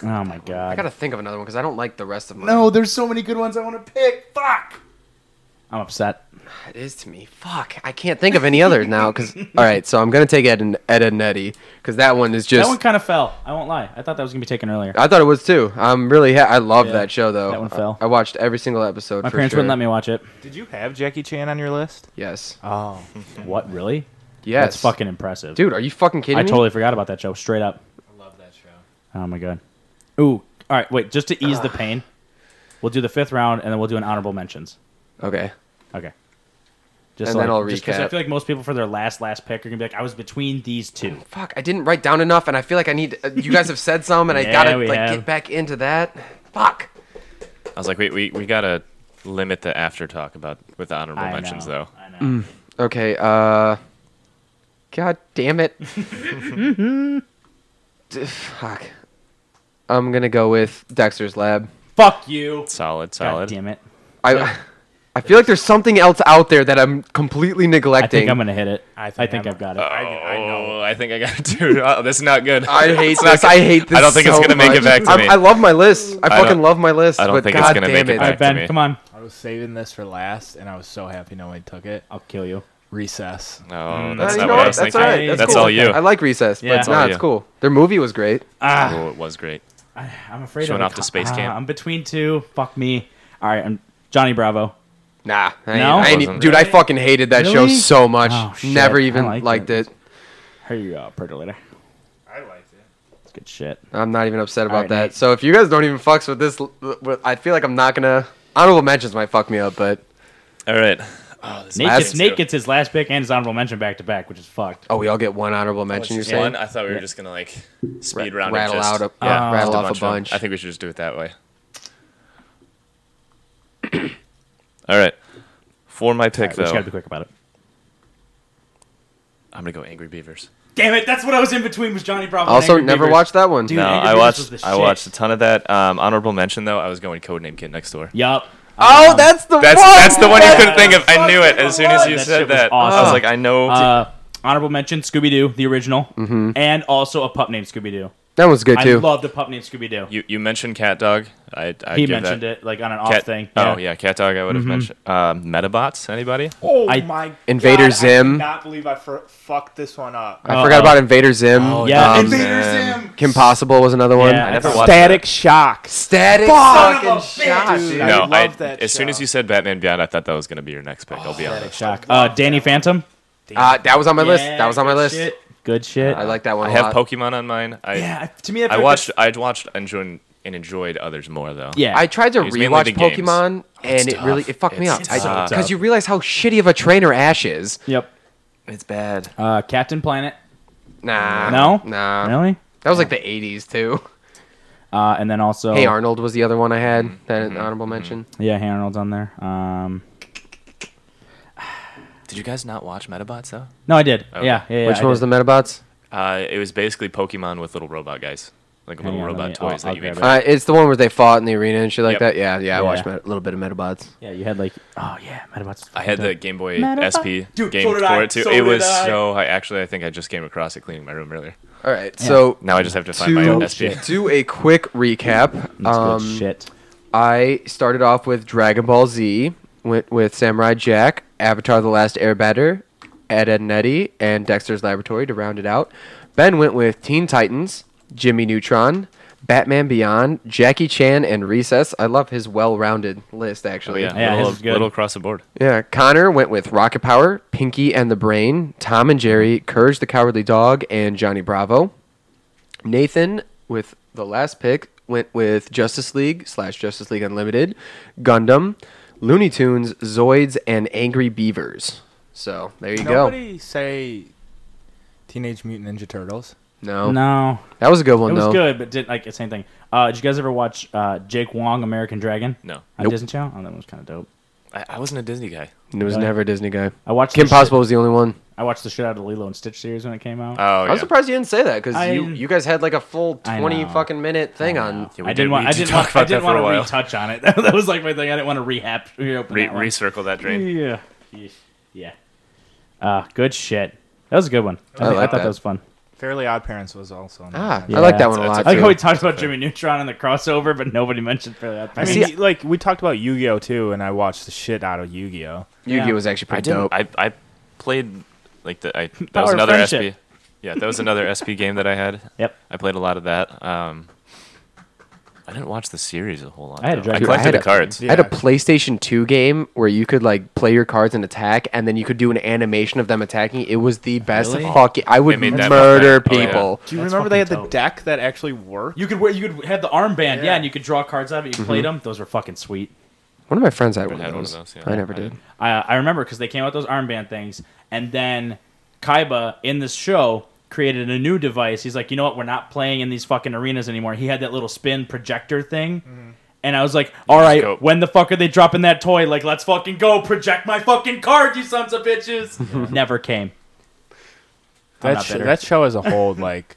B: Oh my god.
D: I gotta think of another one because I don't like the rest of them.
B: there's so many good ones I want to pick. Fuck. I'm upset.
D: it is to me. Fuck, I can't think of any others now. Because all right, so I'm gonna take Ed and Ed and Eddie because that one is just.
B: that one kind of fell. I won't lie. I thought that was gonna be taken earlier.
D: I thought it was too. I'm really. Ha- I love
B: Yeah,
D: that show though.
B: that one
D: I-
B: fell.
D: I, watched every single episode.
B: My
D: for
B: parents
D: sure.
B: wouldn't let me watch it.
E: Did you have Jackie Chan on your list?
D: Yes.
E: Oh,
B: What really?
D: Yes.
B: That's fucking impressive.
D: Dude, are you fucking kidding
B: I
D: me?
B: totally forgot about that show. Straight up.
E: I love that show.
B: Oh my god. Ooh. All right. Wait. Just to ease the pain, we'll do the fifth round and then we'll do an honorable mentions.
D: Okay.
B: Okay. Just
D: And
B: like,
D: then I'll
B: just 'cause I
D: recap.
B: feel like most people for their last last pick are gonna be like, I was between these two.
D: Fuck, I didn't write down enough, and I feel like I need. Uh, you guys have said some, and I
B: Yeah,
D: gotta
B: we
D: like
B: have.
D: get back into that. Fuck.
A: I was like, wait, we we gotta limit the after talk about with the honorable
B: I
A: mentions
B: know,
A: though.
B: I know. Mm.
D: Okay. Uh. God
B: [laughs]
D: damn it. D- Fuck. I'm gonna go with Dexter's Lab.
B: Fuck you.
A: Solid,
B: God
A: solid.
B: damn it.
D: I. I feel like there's something else out there that I'm completely
B: I
D: neglecting.
B: think I'm gonna hit it. I
E: [laughs] I
B: think,
E: think
B: I
E: I'm-
B: have got it.
A: Oh, I, think I got [laughs] two. Oh, this is not good.
D: I hate
A: It's not
D: this.
A: good.
D: I hate this.
A: I don't think it's
D: so
A: gonna make it
D: much.
A: back to
D: I'm-
A: me.
D: I love my list. I,
A: I
D: fucking
A: don't-
D: love my list.
A: I don't
D: but
A: think it's
D: God
A: gonna
D: damn
A: make it
B: All
A: back.
B: right,
A: to
B: Ben,
A: me.
B: come on.
E: I was saving this for last, and I was so happy no one took it.
B: I'i'll kill you.
E: Recess.
A: No,
D: Uh,
A: that's
D: you
A: not
D: know
A: what
D: what?
A: I was
D: That's
A: thinking.
D: all right. That's,
A: That's
D: cool.
A: all you.
D: I like Recess,
B: Yeah.
D: but it's not.
A: All
D: It's
A: you.
D: cool. Their movie was great.
B: Ah.
A: oh, it was great.
B: I, I'm afraid
A: Showing
B: of a
A: off to
B: co-
A: space
B: ah,
A: camp.
B: I'm between two. Fuck me. All right, I'm Johnny Bravo.
D: Nah, I ain't,
B: No?
D: I ain't,
A: Wasn't
D: dude, I fucking hated that show
B: Really?
D: so much.
B: Oh, shit.
D: Never
B: I
D: even
B: liked
D: liked
B: it.
D: it.
B: Here you go, percolator.
E: I liked it.
B: That's good shit.
D: I'm not even upset about
B: right,
D: that.
B: Nate.
D: So if you guys don't even fucks with this, l- l- with- I feel like I'm not gonna. Honorable mentions might fuck me up, but
A: All right. Oh, this is
B: Nate
A: my
B: gets,
A: last
B: Nate
A: two.
B: gets his last pick and his honorable mention back to back, which is fucked.
D: oh, we all get one honorable mention. You're
A: Just
D: saying
A: one? I thought we were just gonna like
D: Ra-
A: speed round it,
D: rattle
A: just-
D: out, a,
A: yeah,
D: yeah,
B: just
D: rattle
A: a
D: off
A: bunch
D: a
A: of 'em.
D: bunch.
A: I think we should just do it that way. [coughs] All right. For my pick,
B: All right, we
A: though,
B: just gotta be quick about it.
A: I'm gonna go Angry Beavers.
B: Damn it! That's what I was in between was Johnny Bravo. and
D: also,
B: Angry
D: never
B: Beavers.
D: watched that one.
B: Dude,
A: no,
B: Angry
A: I
B: Beavers
A: watched.
B: was the
A: I
B: shit.
A: watched a ton of that. Um, honorable mention though, I was going Codename Kid Next Door.
B: Yup.
D: Oh, that's the
A: That's
D: one.
A: that's the one you
D: That-
A: couldn't think of. I knew it as soon as you
B: That shit
A: said
B: was
A: that. I
B: awesome.
A: was like, I know.
B: Uh, honorable mention: Scooby Doo, the original,
A: Mm-hmm.
B: and also a pup named Scooby Doo.
D: That one's good
B: I
D: too.
B: loved a pup named Scooby Doo.
A: you you mentioned Cat Dog. I, I
B: He
A: give
B: mentioned
A: that.
B: it like on an off
A: Cat,
B: thing. Mm-hmm.
A: Oh yeah, Cat Dog. I would have mentioned um, Metabots. Anybody?
E: Oh
B: I-
E: my
D: Invader
E: God, I
D: Zim.
E: cannot believe I fu- fucked this one up.
D: I forgot
B: Uh-oh.
D: about Invader Zim.
B: yeah.
D: Um,
C: Invader
A: man.
C: Zim.
D: Kim Possible was another one.
B: Yeah. I never
A: watched
E: Static Shock.
D: Static
E: Son of a
D: fucking shot,
E: bitch.
D: dude.
E: I
A: no,
E: love
A: I,
E: that
A: as soon
E: show.
A: as you said Batman Beyond, I thought that was gonna be your next pick. I'll be honest.
B: Shock. Uh, Danny Phantom.
D: Uh, that was on my list.
B: Yeah,
D: That was on my
B: good
D: list.
B: shit. Good shit.
D: I like that one.
A: I
D: a
A: have
D: lot.
A: Pokemon on mine. I
B: Yeah, to me, I, feel
A: I
B: like
A: watched
B: that's-
A: I watched and enjoyed, and enjoyed others more though.
B: Yeah,
D: I tried to
A: It was mainly
D: rewatch
A: the games.
D: Pokemon, and it
A: tough.
D: really it fucked me
A: It's so
D: up
A: tough.
D: because you realize how shitty of a trainer Ash is.
B: Yep.
A: it's bad.
B: Uh, Captain Planet.
D: Nah,
B: No.
A: Uh-huh.
D: nah.
B: Really?
D: That was like the '80s too.
B: Uh, and then also,
D: Hey Arnold was the other one I had that honorable mention.
B: yeah, Hey Arnold's on there. Um,
A: Did you guys not watch Metabots though?
B: no, I did.
A: Okay.
B: Yeah, yeah, yeah.
D: Which one was the Metabots?
A: Uh, it was basically Pokemon with little robot guys, like
B: Hang
A: little
B: on, let
A: robot
B: me-
A: toys
B: I'll- I'll
A: that you made.
B: grab
A: for-
B: it.
D: Uh, it's the one where they fought in the arena and shit
A: Yep.
D: like that. Yeah, yeah.
B: Yeah.
D: I watched a little bit of Metabots.
B: Yeah, you had like, oh yeah, Metabots.
A: I had the Game Boy
B: Metabots.
A: SP
B: Dude,
A: game
B: so did
A: for
B: I,
A: it too.
B: so
A: it
B: did
A: was
B: I.
A: so high. Actually, I think I just came across it cleaning my room earlier.
D: All right, so
A: Now I just have to find my
D: Dude.
A: own SP.
D: do a quick recap.
B: That's
D: Um,
B: good shit.
D: I started off with Dragon Ball Z, went with Samurai Jack, Avatar: The Last Airbender, Ed, Ed and Eddy, and Dexter's Laboratory to round it out. Ben went with Teen Titans, Jimmy Neutron, Batman Beyond, Jackie Chan, and Recess. I love his well-rounded list,
A: Oh,
D: actually.
A: yeah,
B: Yeah, his
A: little,
B: is good.
A: little across the board.
D: Yeah, Connor went with Rocket Power, Pinky and the Brain, Tom and Jerry, Courage the Cowardly Dog, and Johnny Bravo. Nathan, with the last pick, went with Justice League slash Justice League Unlimited, Gundam, Looney Tunes, Zoids, and Angry Beavers. So there you
E: Nobody say Teenage Mutant Ninja Turtles.
D: No. Oh,
B: No,
D: That was a good one
B: it was
D: though.
B: good, but didn't like the same thing. Uh, did you guys ever watch uh, Jake Wong American Dragon
A: No,
B: on
D: Nope.
B: Disney Channel? Oh, that one was kind of dope.
A: I, I wasn't a Disney guy.
D: It was
B: Really?
D: never a Disney guy.
B: I watched
D: Kim
B: the shit-
D: Possible was the only one.
B: I watched the shit out of Lilo and Stitch series when it came out.
A: Oh,
D: I was
A: yeah.
D: surprised you didn't say that because
B: I-
D: you, you guys had like a full
B: I
D: twenty
B: know.
D: fucking minute thing
B: I
D: on.
B: know.
A: Yeah, we
B: I
A: did-
B: didn't
A: we
B: want. I
A: did
B: didn't
A: talk
B: want. I
A: about that
B: didn't
A: for a
B: want to
A: while.
B: retouch on it. [laughs] that was like my thing. I didn't want to rehab, reopen
A: Re-
B: that one. Mm.
A: recircle that drain.
B: Yeah. Yeah. Uh, good shit. That was a good one. I,
D: I
B: think- I
D: like
B: thought that.
D: that.
B: was fun.
E: Fairly Odd Parents was also. on
D: Ah,
E: that.
B: Yeah.
D: I like that one a
A: That's-
D: lot.
A: that's
B: I like
D: too.
B: how we talked about Jimmy Neutron and the crossover, but nobody mentioned Fairly Odd
E: I
B: Parents.
E: mean,
D: See,
E: he- like we talked about Yu-Gi-Oh too, and I watched the shit out of Yu-Gi-Oh.
D: Yu-Gi-Oh
B: Yeah.
D: was actually
A: I
D: pretty
A: didn't.
D: dope.
A: I, I played like the. I, that
B: Power
A: was
B: of
A: another
B: friendship.
A: SP. Yeah, that was another SP game that I had.
B: Yep.
A: I played a lot of that. Um, I didn't watch the series a whole lot.
B: I had a
A: though.
B: Dragon
A: I collected
D: Ball.
A: the cards.
D: I had a
E: Yeah.
D: PlayStation 2 game where you could like play your cards and attack, and then you could do an animation of them attacking. It was the best
B: Really?
D: fucking. I would
A: They made that
D: murder
A: much better. Oh,
D: people.
E: Do you
B: That's
E: remember they had
B: fucking
E: the
B: dope.
E: deck that actually worked?
B: You could wear, you could have the armband, yeah,
E: Yeah.
B: and you could draw cards out of it. You played them; those were fucking sweet.
D: One of my friends had,
A: Never
D: one,
A: had
D: of
A: one
D: those.
A: of those, yeah.
D: I never
A: I
D: did.
A: didn't.
B: I, I remember because they came out with those armband things, and then Kaiba in this show created a new device. He's like, you know what? We're not playing in these fucking arenas anymore. He had that little spin projector thing. And I was like, all right,
A: go."
B: when the fuck are they dropping that toy? Like, let's fucking go. Project my fucking card, you sons of
D: [laughs]
B: bitches. Never came. I'm
E: That
B: not
E: sh-
B: bitter.
E: that show as a [laughs] whole like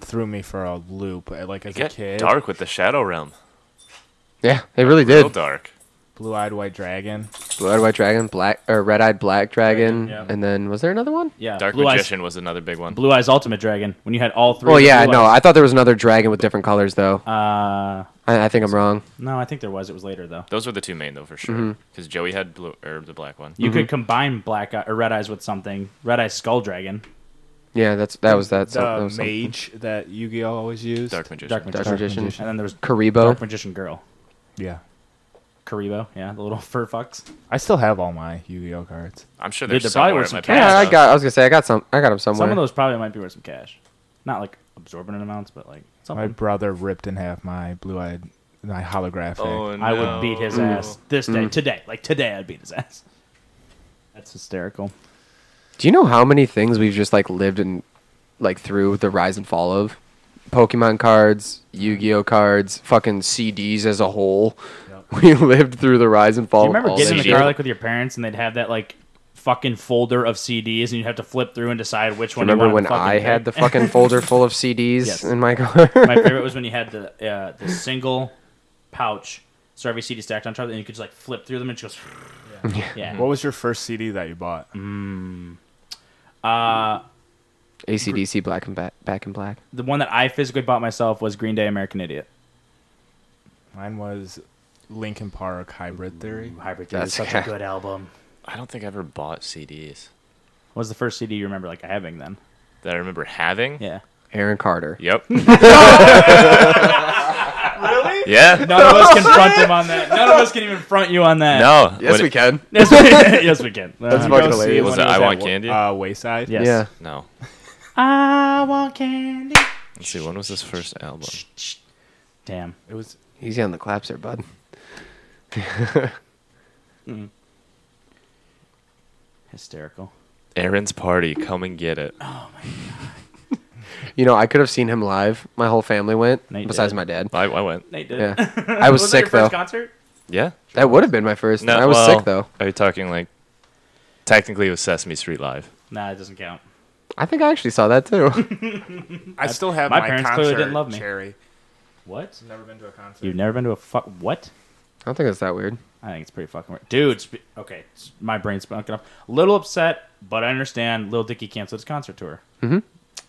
E: threw me for a loop. uh, Like as
A: It got
E: a kid,
A: dark with the Shadow Realm.
D: Yeah, it really
A: Real
D: did.
A: dark.
E: blue-eyed white dragon.
D: Blue-eyed white dragon, black or red-eyed black dragon,
B: Dragon, yeah.
D: and then was there another one?
B: Yeah.
A: Dark
B: Uh, Blue
A: Magician
B: Eyes,
A: was another big one.
B: Blue Eyes Ultimate Dragon. When you had all three.
D: Well,
B: of the
D: yeah,
B: Blue
D: no,
B: Eyes.
D: I thought there was another dragon with different colors though.
B: uh,
D: I, I think I'm wrong.
B: no, I think there was. It was later though.
A: Those were the two main though for sure. Because Joey had blue or the black one.
B: You
D: Mm-hmm.
B: could combine black eye, or red eyes with something. Red eyes skull dragon.
D: Yeah, that's that was that.
E: The
D: some- that was something.
E: mage that Yu-Gi-Oh always used.
A: Dark Magician.
B: Dark magician.
D: Dark magician.
B: And then there was
D: Karibo.
B: Dark Magician Girl.
E: Yeah,
B: Karibo, yeah, the little [laughs] fur fucks.
E: I still have all my Yu-Gi-Oh cards.
A: I'm sure
B: Dude,
A: there's
B: there probably
A: somewhere
B: were
A: at
B: some
A: my
B: cats.
D: Yeah, I
A: parents' house.
D: got. I was gonna say I got some. I got them somewhere.
B: Some of those probably might be worth some cash. Not like absorbent amounts, but like
E: My
B: something.
E: brother ripped in half my blue-eyed, my holographic.
A: Oh, no.
B: I would beat his ass this
D: Mm.
B: day, today. Like today, I'd beat his ass. [laughs] That's hysterical.
D: Do you know how many things we've just like lived in, like through the rise and fall of? Pokemon cards, Yu-Gi-Oh cards, fucking CDs as a whole. [laughs] We lived through the rise and fall.
B: Do you remember
D: of all
B: getting in
D: that
B: the
A: CD.
D: shit.
B: car like with your parents and they'd have that like fucking folder of CDs and you'd have to flip through and decide which one. you
D: Remember
B: wanted
D: when
B: to fucking
D: I had
B: [laughs]
D: the
B: pick?
D: fucking folder full of CDs
B: Yes.
D: in my car? [laughs]
B: My favorite was when you had the uh, the single pouch, so every CD stacked on top, and you could just like flip through them and it just
D: [laughs]
B: goes. [laughs] Yeah.
E: What was your first CD that you bought?
D: ACDC, Black and Back, Back in Black.
B: The one that I physically bought myself was Green Day, American Idiot.
E: Mine was Linkin Park Hybrid Theory.
B: Hybrid Theory
D: Theory
B: is
D: is
B: such
D: That's- [laughs] such a
B: a
D: yeah.
B: good
D: good
B: album.
A: I don't think I ever bought CDs
B: What was the first CD you remember like having then?
A: that I remember having.
B: Yeah.
D: Aaron Carter.
A: Yep. really? [laughs] Yeah.
B: [laughs] None of us can [laughs] front him on that. None of us can even front you on that.
A: No.
D: Yes,
A: Would
D: we
A: it-
D: can.
B: [laughs] Yes, we, yes, we can.
D: That's
B: Uh,
E: Go
D: fucking
E: see
D: hilarious.
E: when
A: Was
E: it
A: it I
E: at
A: Want
E: Wa-
A: Candy?
E: Uh, Wayside.
B: yes.
D: Yeah.
A: No.
B: I want candy.
A: Let's see. When was his first album?
B: Damn.
E: It was.
D: Easy on the claps there, bud.
B: Hysterical.
A: Aaron's Party. Come and get it.
B: Oh.
D: You know, I could have seen him live. My whole family went,
B: No, you
D: besides
B: did.
D: my dad.
A: I, I went.
B: Nate [laughs] did.
D: Yeah. I was,
B: that
D: sick,
B: your
D: though.
B: first concert?
A: Yeah.
D: that would have been my first. I was
A: well,
D: sick, though.
A: Are you talking like? Technically, it was Sesame Street Live.
B: Nah, it doesn't count.
D: I think I actually saw that, too.
E: I still have
B: my
E: my,
B: parents
E: concert.
B: clearly didn't love me.
E: Cherry.
B: What?
E: Never been to a concert.
B: You've never been to a fuck what?
D: I don't think it's that weird.
B: I think it's pretty fucking weird. Dude, sp- okay, s- my brain's bunking up. Little upset, but I understand Lil Dicky canceled his concert tour. Mm-hmm.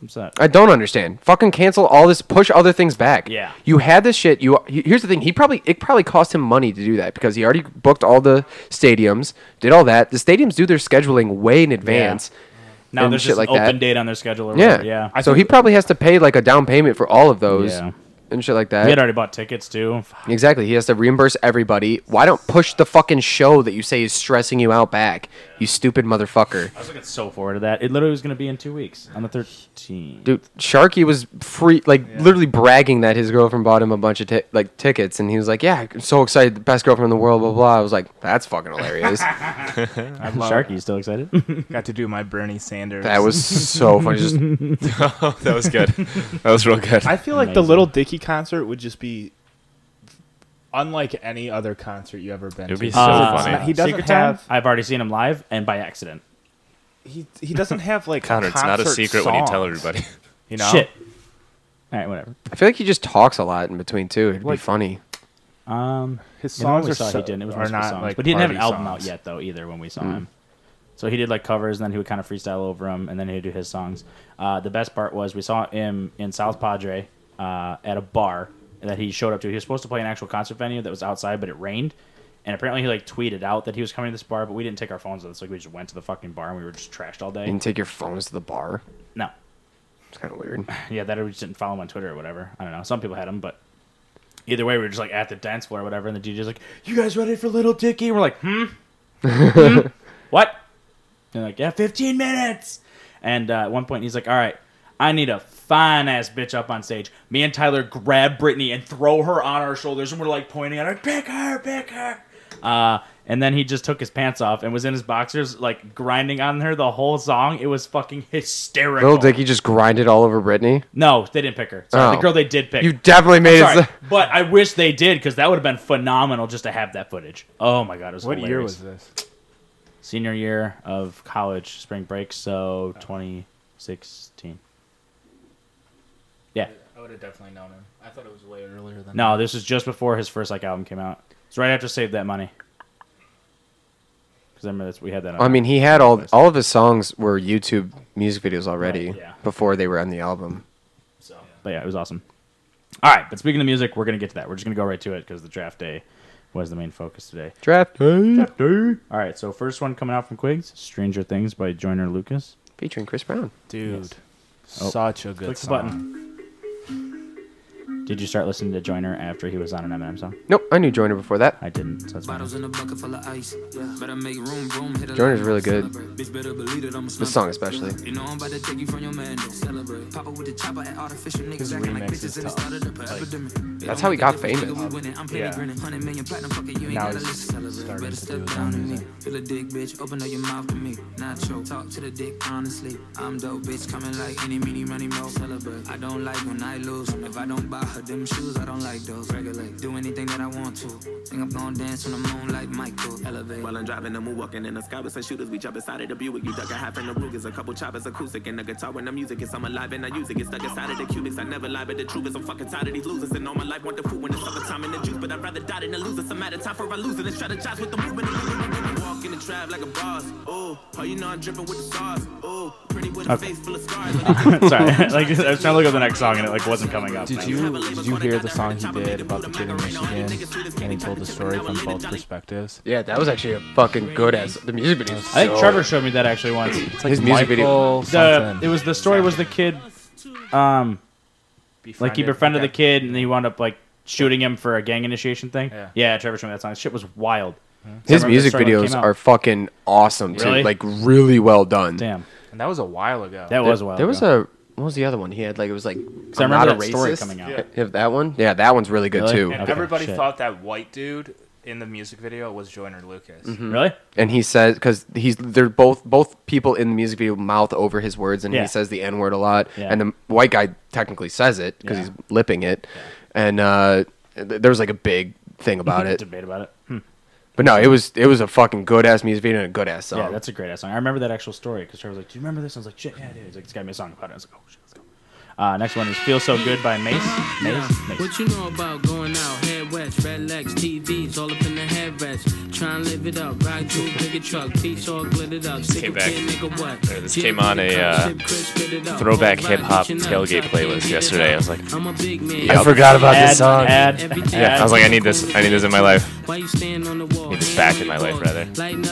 B: I'm upset.
D: I don't understand. Fucking cancel all this. Push other things back.
B: Yeah.
D: You had this shit. You he- here's the thing. He probably it probably cost him money to do that because he already booked all the stadiums, did all that. The stadiums do their scheduling way in advance.
B: Now
D: and
B: there's
D: shit
B: just
D: like
B: an open
D: that.
B: date on their schedule or
D: Yeah.
B: whatever. Yeah.
D: so he probably has to pay like a down payment for all of those.
B: Yeah.
D: and shit like that.
B: We had already bought tickets too.
D: Exactly. He has to reimburse everybody. Why don't push the fucking show that you say is stressing you out back? You stupid motherfucker.
B: I was looking so forward to that. It literally was going to be in two weeks on the 13th.
D: Dude, Sharky was free, like literally bragging that his girlfriend bought him a bunch of ti- like tickets, and he was like, "Yeah, I'm so excited, the best girlfriend in the world." Blah blah. I was like, "That's fucking
B: [laughs]
D: hilarious."
E: I love,
B: Sharky, you still excited?
E: Got to do my Bernie Sanders.
D: that was so funny. Just
A: [laughs] Oh, that was good. that was real good.
E: I feel like the
B: Amazing.
E: Little Dicky concert would just be unlike any other concert you ever been
A: It would
E: to.
A: be so
B: Uh,
A: funny.
E: He doesn't
B: Secret
E: have.
B: Time, I've already seen him live and by accident.
E: He, he doesn't have like
A: Connor, it's not a
E: concert
A: secret when you tell
E: songs,
A: everybody. [laughs]
E: You know,
B: Shit. All right, whatever.
D: I feel like he just talks a lot in between too. It'd
E: Like-
D: be funny.
B: Um,
E: His
B: you know, when
E: songs
B: we
E: are
B: saw
E: so-
B: he didn't. It was
E: are
B: mostly
E: not,
B: songs,
E: like,
B: but he didn't have an
E: party
B: album out
E: songs. Mm.
B: yet though either when we saw him. So he did like covers, and then he would kind of freestyle over them, and then he'd do his songs. Uh, the best part was we saw him in South Padre uh, at a bar that he showed up to. He was supposed to play an actual concert venue that was outside, but it rained. And apparently he like tweeted out that he was coming to this bar, but we didn't take our phones with us. Like we just went to the fucking bar and we were just trashed all
D: You
B: day.
D: can take your phones to the bar.
B: No,
D: It's kind of
B: [laughs]
D: weird.
B: yeah, that or we just didn't follow him on Twitter or whatever. I don't know. Some people had him, but either way, we were just like at the dance floor or whatever, and the DJ's like, "You guys ready for Little Dicky?" And we're like, "Hmm, Hmm? what?" And they're like, "Yeah, fifteen minutes." And uh, at one point, he's like, "All right, I need a fine ass bitch up on stage." Me and Tyler grab Brittany and throw her on our shoulders, and we're like pointing at her, "Pick her, pick her." Uh, and then he just took his pants off and was in his boxers, like grinding on her the whole song. It was fucking hysterical.
D: Little Dicky just grinded all over Britney.
B: No, they didn't pick her. Sorry,
D: Oh.
B: the girl they did pick.
D: You definitely made
B: Sorry,
D: it.
B: but I wish they did because that would have been phenomenal just to have that footage. Oh my god, it was
E: What year
B: hilarious.
E: was this?
B: Senior year of college, spring break, so 2016. Yeah.
E: I would have definitely known him. I thought it was way earlier [laughs] than.
B: No, this was just before his first like album came out. It's right after Save That Money. Because I remember that's, we had that. On.
D: [laughs] I mean, he had all all of his songs were YouTube music videos already
B: Right, yeah.
D: before they were on the album.
B: So, but yeah, it was awesome. All right, but speaking of music, we're gonna get to that. We're just gonna go right to it because the draft day was the main focus today.
D: Draft
B: All right, so first one coming out from Quigs, Stranger Things by Joyner Lucas.
D: featuring Chris Brown.
E: Dude,
B: Oh.
E: such a good
B: Click the
E: song.
B: button. Did you start listening to Joyner after he was on an Eminem song?
D: Nope, I knew Joyner before that.
B: I didn't. So that's
E: [laughs]
B: fine.
G: Bottles in a bucket full of ice. Yeah. Better make room, room, hit a
D: Jordan's
G: line,
D: really good.
G: celebrate. Bitch better believe that I'm a
D: This song especially.
G: You know I'm about to take you from your man. Don't celebrate. Papa with the chopper at artificial niggas
E: His
G: acting like
E: remix is
G: bitches and
E: tough.
G: it started up an
E: Like,
G: epidemic.
D: That's how he got famous.
G: I'm
E: Yeah.
G: yeah. grinning. 100 million platinum fucking you ain't
E: Now
G: gotta
E: he's
G: listen. Celebrate.
E: starting
G: Better
E: to do
G: step
E: his
G: down
E: own
G: to me.
E: music.
G: Feel a dick, bitch. Open up your mouth to me. Nacho. Talk to the dick honestly. I'm dope, bitch. Coming like any mini money mo. Celebrate. I don't like when I lose. If I don't buy her them shoes, I don't like those. Regulate. Do anything that I want to. Think I'm gonna dance when I'm on like Michael. Elevate.
H: While I'm driving, I'm walking in the sky with some shooters. We jump inside of the Buick. You duck a half in the Rugers, a couple choppers, acoustic, and the guitar when the music is. I'm alive and I use it. Get stuck inside of the cubics. I never lie, but the truth is I'm fucking tired of these losers. And all my life want the food when it's summertime and the juice. But I'd rather die than a loser. Some matter time for a loser than strategize with the movement. Walk in the trap like a boss. Oh, how you know I'm dripping with the sauce. Oh, pretty with a face full of
E: [laughs]
H: scars. Like a
B: Sorry, [laughs] like I was trying to look up the next song and it like wasn't coming up.
E: Did you did you hear the song he did about the kid in Michigan? And he told the story from both perspectives.
D: Yeah, that was actually a fucking good ass. The music video.
B: I think Trevor showed me that actually once.
E: It's
D: His music video-
E: Michael
B: The,
E: something.
B: it was the story was the kid, um, like he befriended the
E: guy.
B: kid and he wound up like shooting him for a gang initiation thing.
E: Yeah.
B: Trevor showed me that song. That shit was wild.
D: His
B: Remember
D: music
B: the story when it
D: videos
B: came out?
D: are fucking awesome too.
B: Really?
D: Like really well done.
B: Damn,
E: And that was a while ago.
B: that was
D: There-
B: wild.
D: There was a what was the other one? He had like it was like
B: I
D: I'm
B: remember
D: not
B: that
D: a
B: story
D: racist.
B: coming out.
D: Yeah. Yeah, that one? Yeah, that one's really good
B: Really?
D: too.
E: and
B: Okay,
E: everybody
B: shit.
E: thought that white dude in the music video was Joyner Lucas.
B: really.
D: And he says because he's they're both both people in the music video mouth over his words, and
B: Yeah.
D: he says the n word a lot,
B: Yeah.
D: and the white guy technically says it because
B: Yeah.
D: he's lipping it, and uh, th- there was like a big
B: [laughs]
D: thing about it.
B: Debate about it.
D: But no, it was it was a fucking good ass music video and a good ass song.
G: Oh.
B: Yeah, that's a great ass song. I remember that actual story because Trevor was like, "Do you remember this?" I was like, "Shit, yeah, dude." He's like, "This guy made a song about it." I was like, "Oh shit, let's go." Uh, next one is "Feel So Good" by Mace.
G: Yeah.
B: Mace. Mace.
G: What you know about going out? Head west, red legs, TVs, all up in the head rest. Try and live it up, ride through bigger truck, peace all glittered up. Stick
A: came
G: a
A: back.
G: pin, nigga, what?
A: Uh, this
G: Jig
A: came on
G: in the
A: a,
G: cup,
A: uh,
G: sip crisp, spit it up.
A: throwback
G: All
A: hip-hop
G: right, reaching up,
A: tailgate
G: top, can't
A: playlist
G: beat it
A: yesterday.
G: up.
A: I was like,
G: I'm a big man.
A: I forgot about
B: Add,
A: this song.
B: add,
G: Everything
A: yeah, I was like, I need
G: cool
A: this.
G: with
A: I need this in my life.
I: Why you stand on the wall?
A: It's back in my life, rather.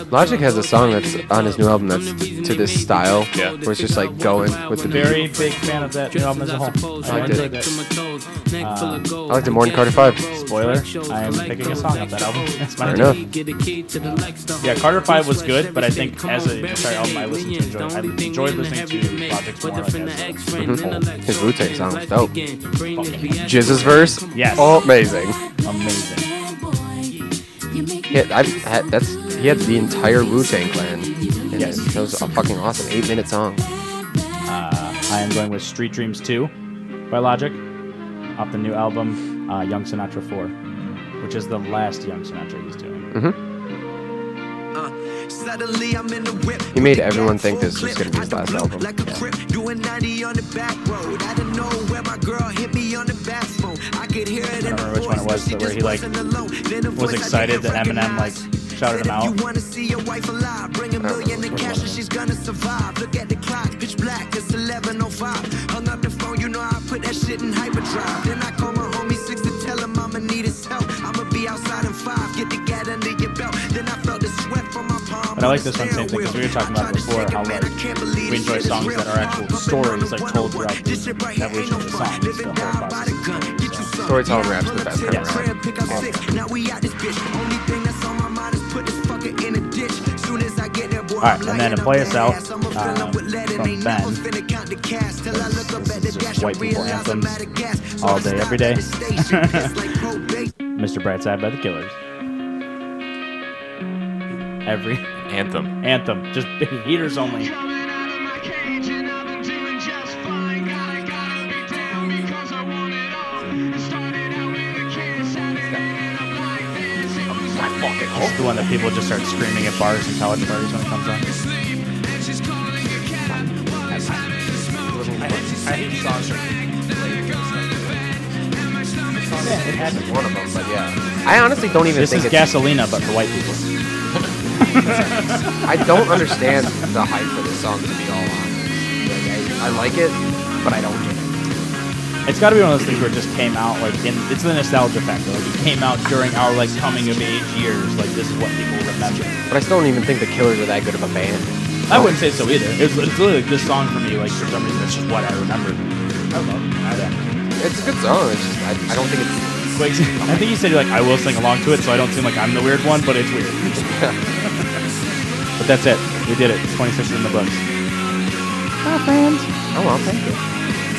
D: Logic has a song that's on his new album that's to this style,
A: Yeah.
D: where it's just like going with the beat.
B: Very big fan of that new album as a whole.
D: I liked
B: enjoyed it.
I: I
D: like the Morning Carter Five.
B: Uh, Spoiler, I am picking a song off that album. That's my
D: Fair enough.
B: Yeah, Carter 5 was good, but I think as an entire album, I listened to enjoy. I enjoyed listening to Logic's more like as a
D: Mhm. [laughs] His Wu Tang sounds dope.
I: Fucking
D: Jizz's verse, Oh,
B: Yes.
D: amazing.
B: amazing.
D: Yeah, I've had, that's he had the entire Wu Tang Clan. And yes, that was a fucking awesome eight minute song.
B: I am going with Street Dreams 2 by Logic off the new album uh, Young Sinatra 4, which is the last Young Sinatra he's doing.
G: Mm-hmm. Uh, Suddenly I'm in the whip.
D: He made everyone think this was gonna be his last album.
G: Like a crip, doing 90 on the back road. I don't know where my girl hit me on the back phone. I could hear it in
B: I don't
G: her
B: remember which one it
G: voice,
B: was,
G: but
B: but where he,
G: she just
B: like,
G: wasn't alone. Then a
B: was
G: voice I
B: excited
G: didn't
B: that Eminem, like,
G: recognize
B: shouted him
G: said, "If
B: out."
G: You wanna see your wife alive? Bring a million in cash and she's gonna survive. Look at the clock, pitch black, it's 11:05. Hung up the phone, you know I put that shit in hyperdrive. Then I call my homie six to tell him I'ma need his help. I'ma be outside in five, get the gat under your belt. Then I felt the sweat from my palm.
B: But I like this one same thing because we were talking about before how like we enjoy songs that are actual stories like told throughout the evolution of the song. It's the whole process. So,
D: Storytelling rap's the best kind of
B: Yes.
D: rap.
G: pick up six. Now we out this bitch. Only thing that's on my mind is put this fucker in a ditch. Soon as I get there, boy,
B: Alright, and
G: I'm
B: then
G: lighting
B: to play
G: up
B: us
G: that
B: out,
G: ass. I'ma fill
B: uh,
G: up with lead and
B: from
G: ain't
B: Ben.
G: never finna count the cash till I look up
B: This
G: at
B: is just
G: the dash and
B: white people
G: realize
B: anthems
G: I'm out of gas. So
B: all
G: I
B: day,
G: stop
B: every day.
G: at the station. It's like
B: [laughs]
G: probation.
B: Mr. Brightside by the Killers. Every
A: Anthem.
B: anthem, just [laughs] heaters only. This is the one that people just start screaming at bars and college parties when it comes on.
D: One of them, but yeah. I honestly don't even
B: This
D: think
B: is
D: it's.
B: Gasolina, but for white people.
D: I don't understand the hype for this song to be all honest. Like, I, I like it, but I don't get it.
B: It's got to be one of those things where it just came out like in it's the nostalgia factor. Like it came out during our like coming of age years. Like this is what people remember.
D: But I still don't even think the Killers are that good of a band.
B: I wouldn't say so either. It's, it's literally like this song for me. Like for some reason, it's just what I remember. I love it.
D: It's a good song. It's just I, I don't think it's.
B: Like, I think he said like I will sing along to it, so I don't seem like I'm the weird one, but it's weird. [laughs] but that's it. We did it. 26 in the books.
D: Oh well, thank you.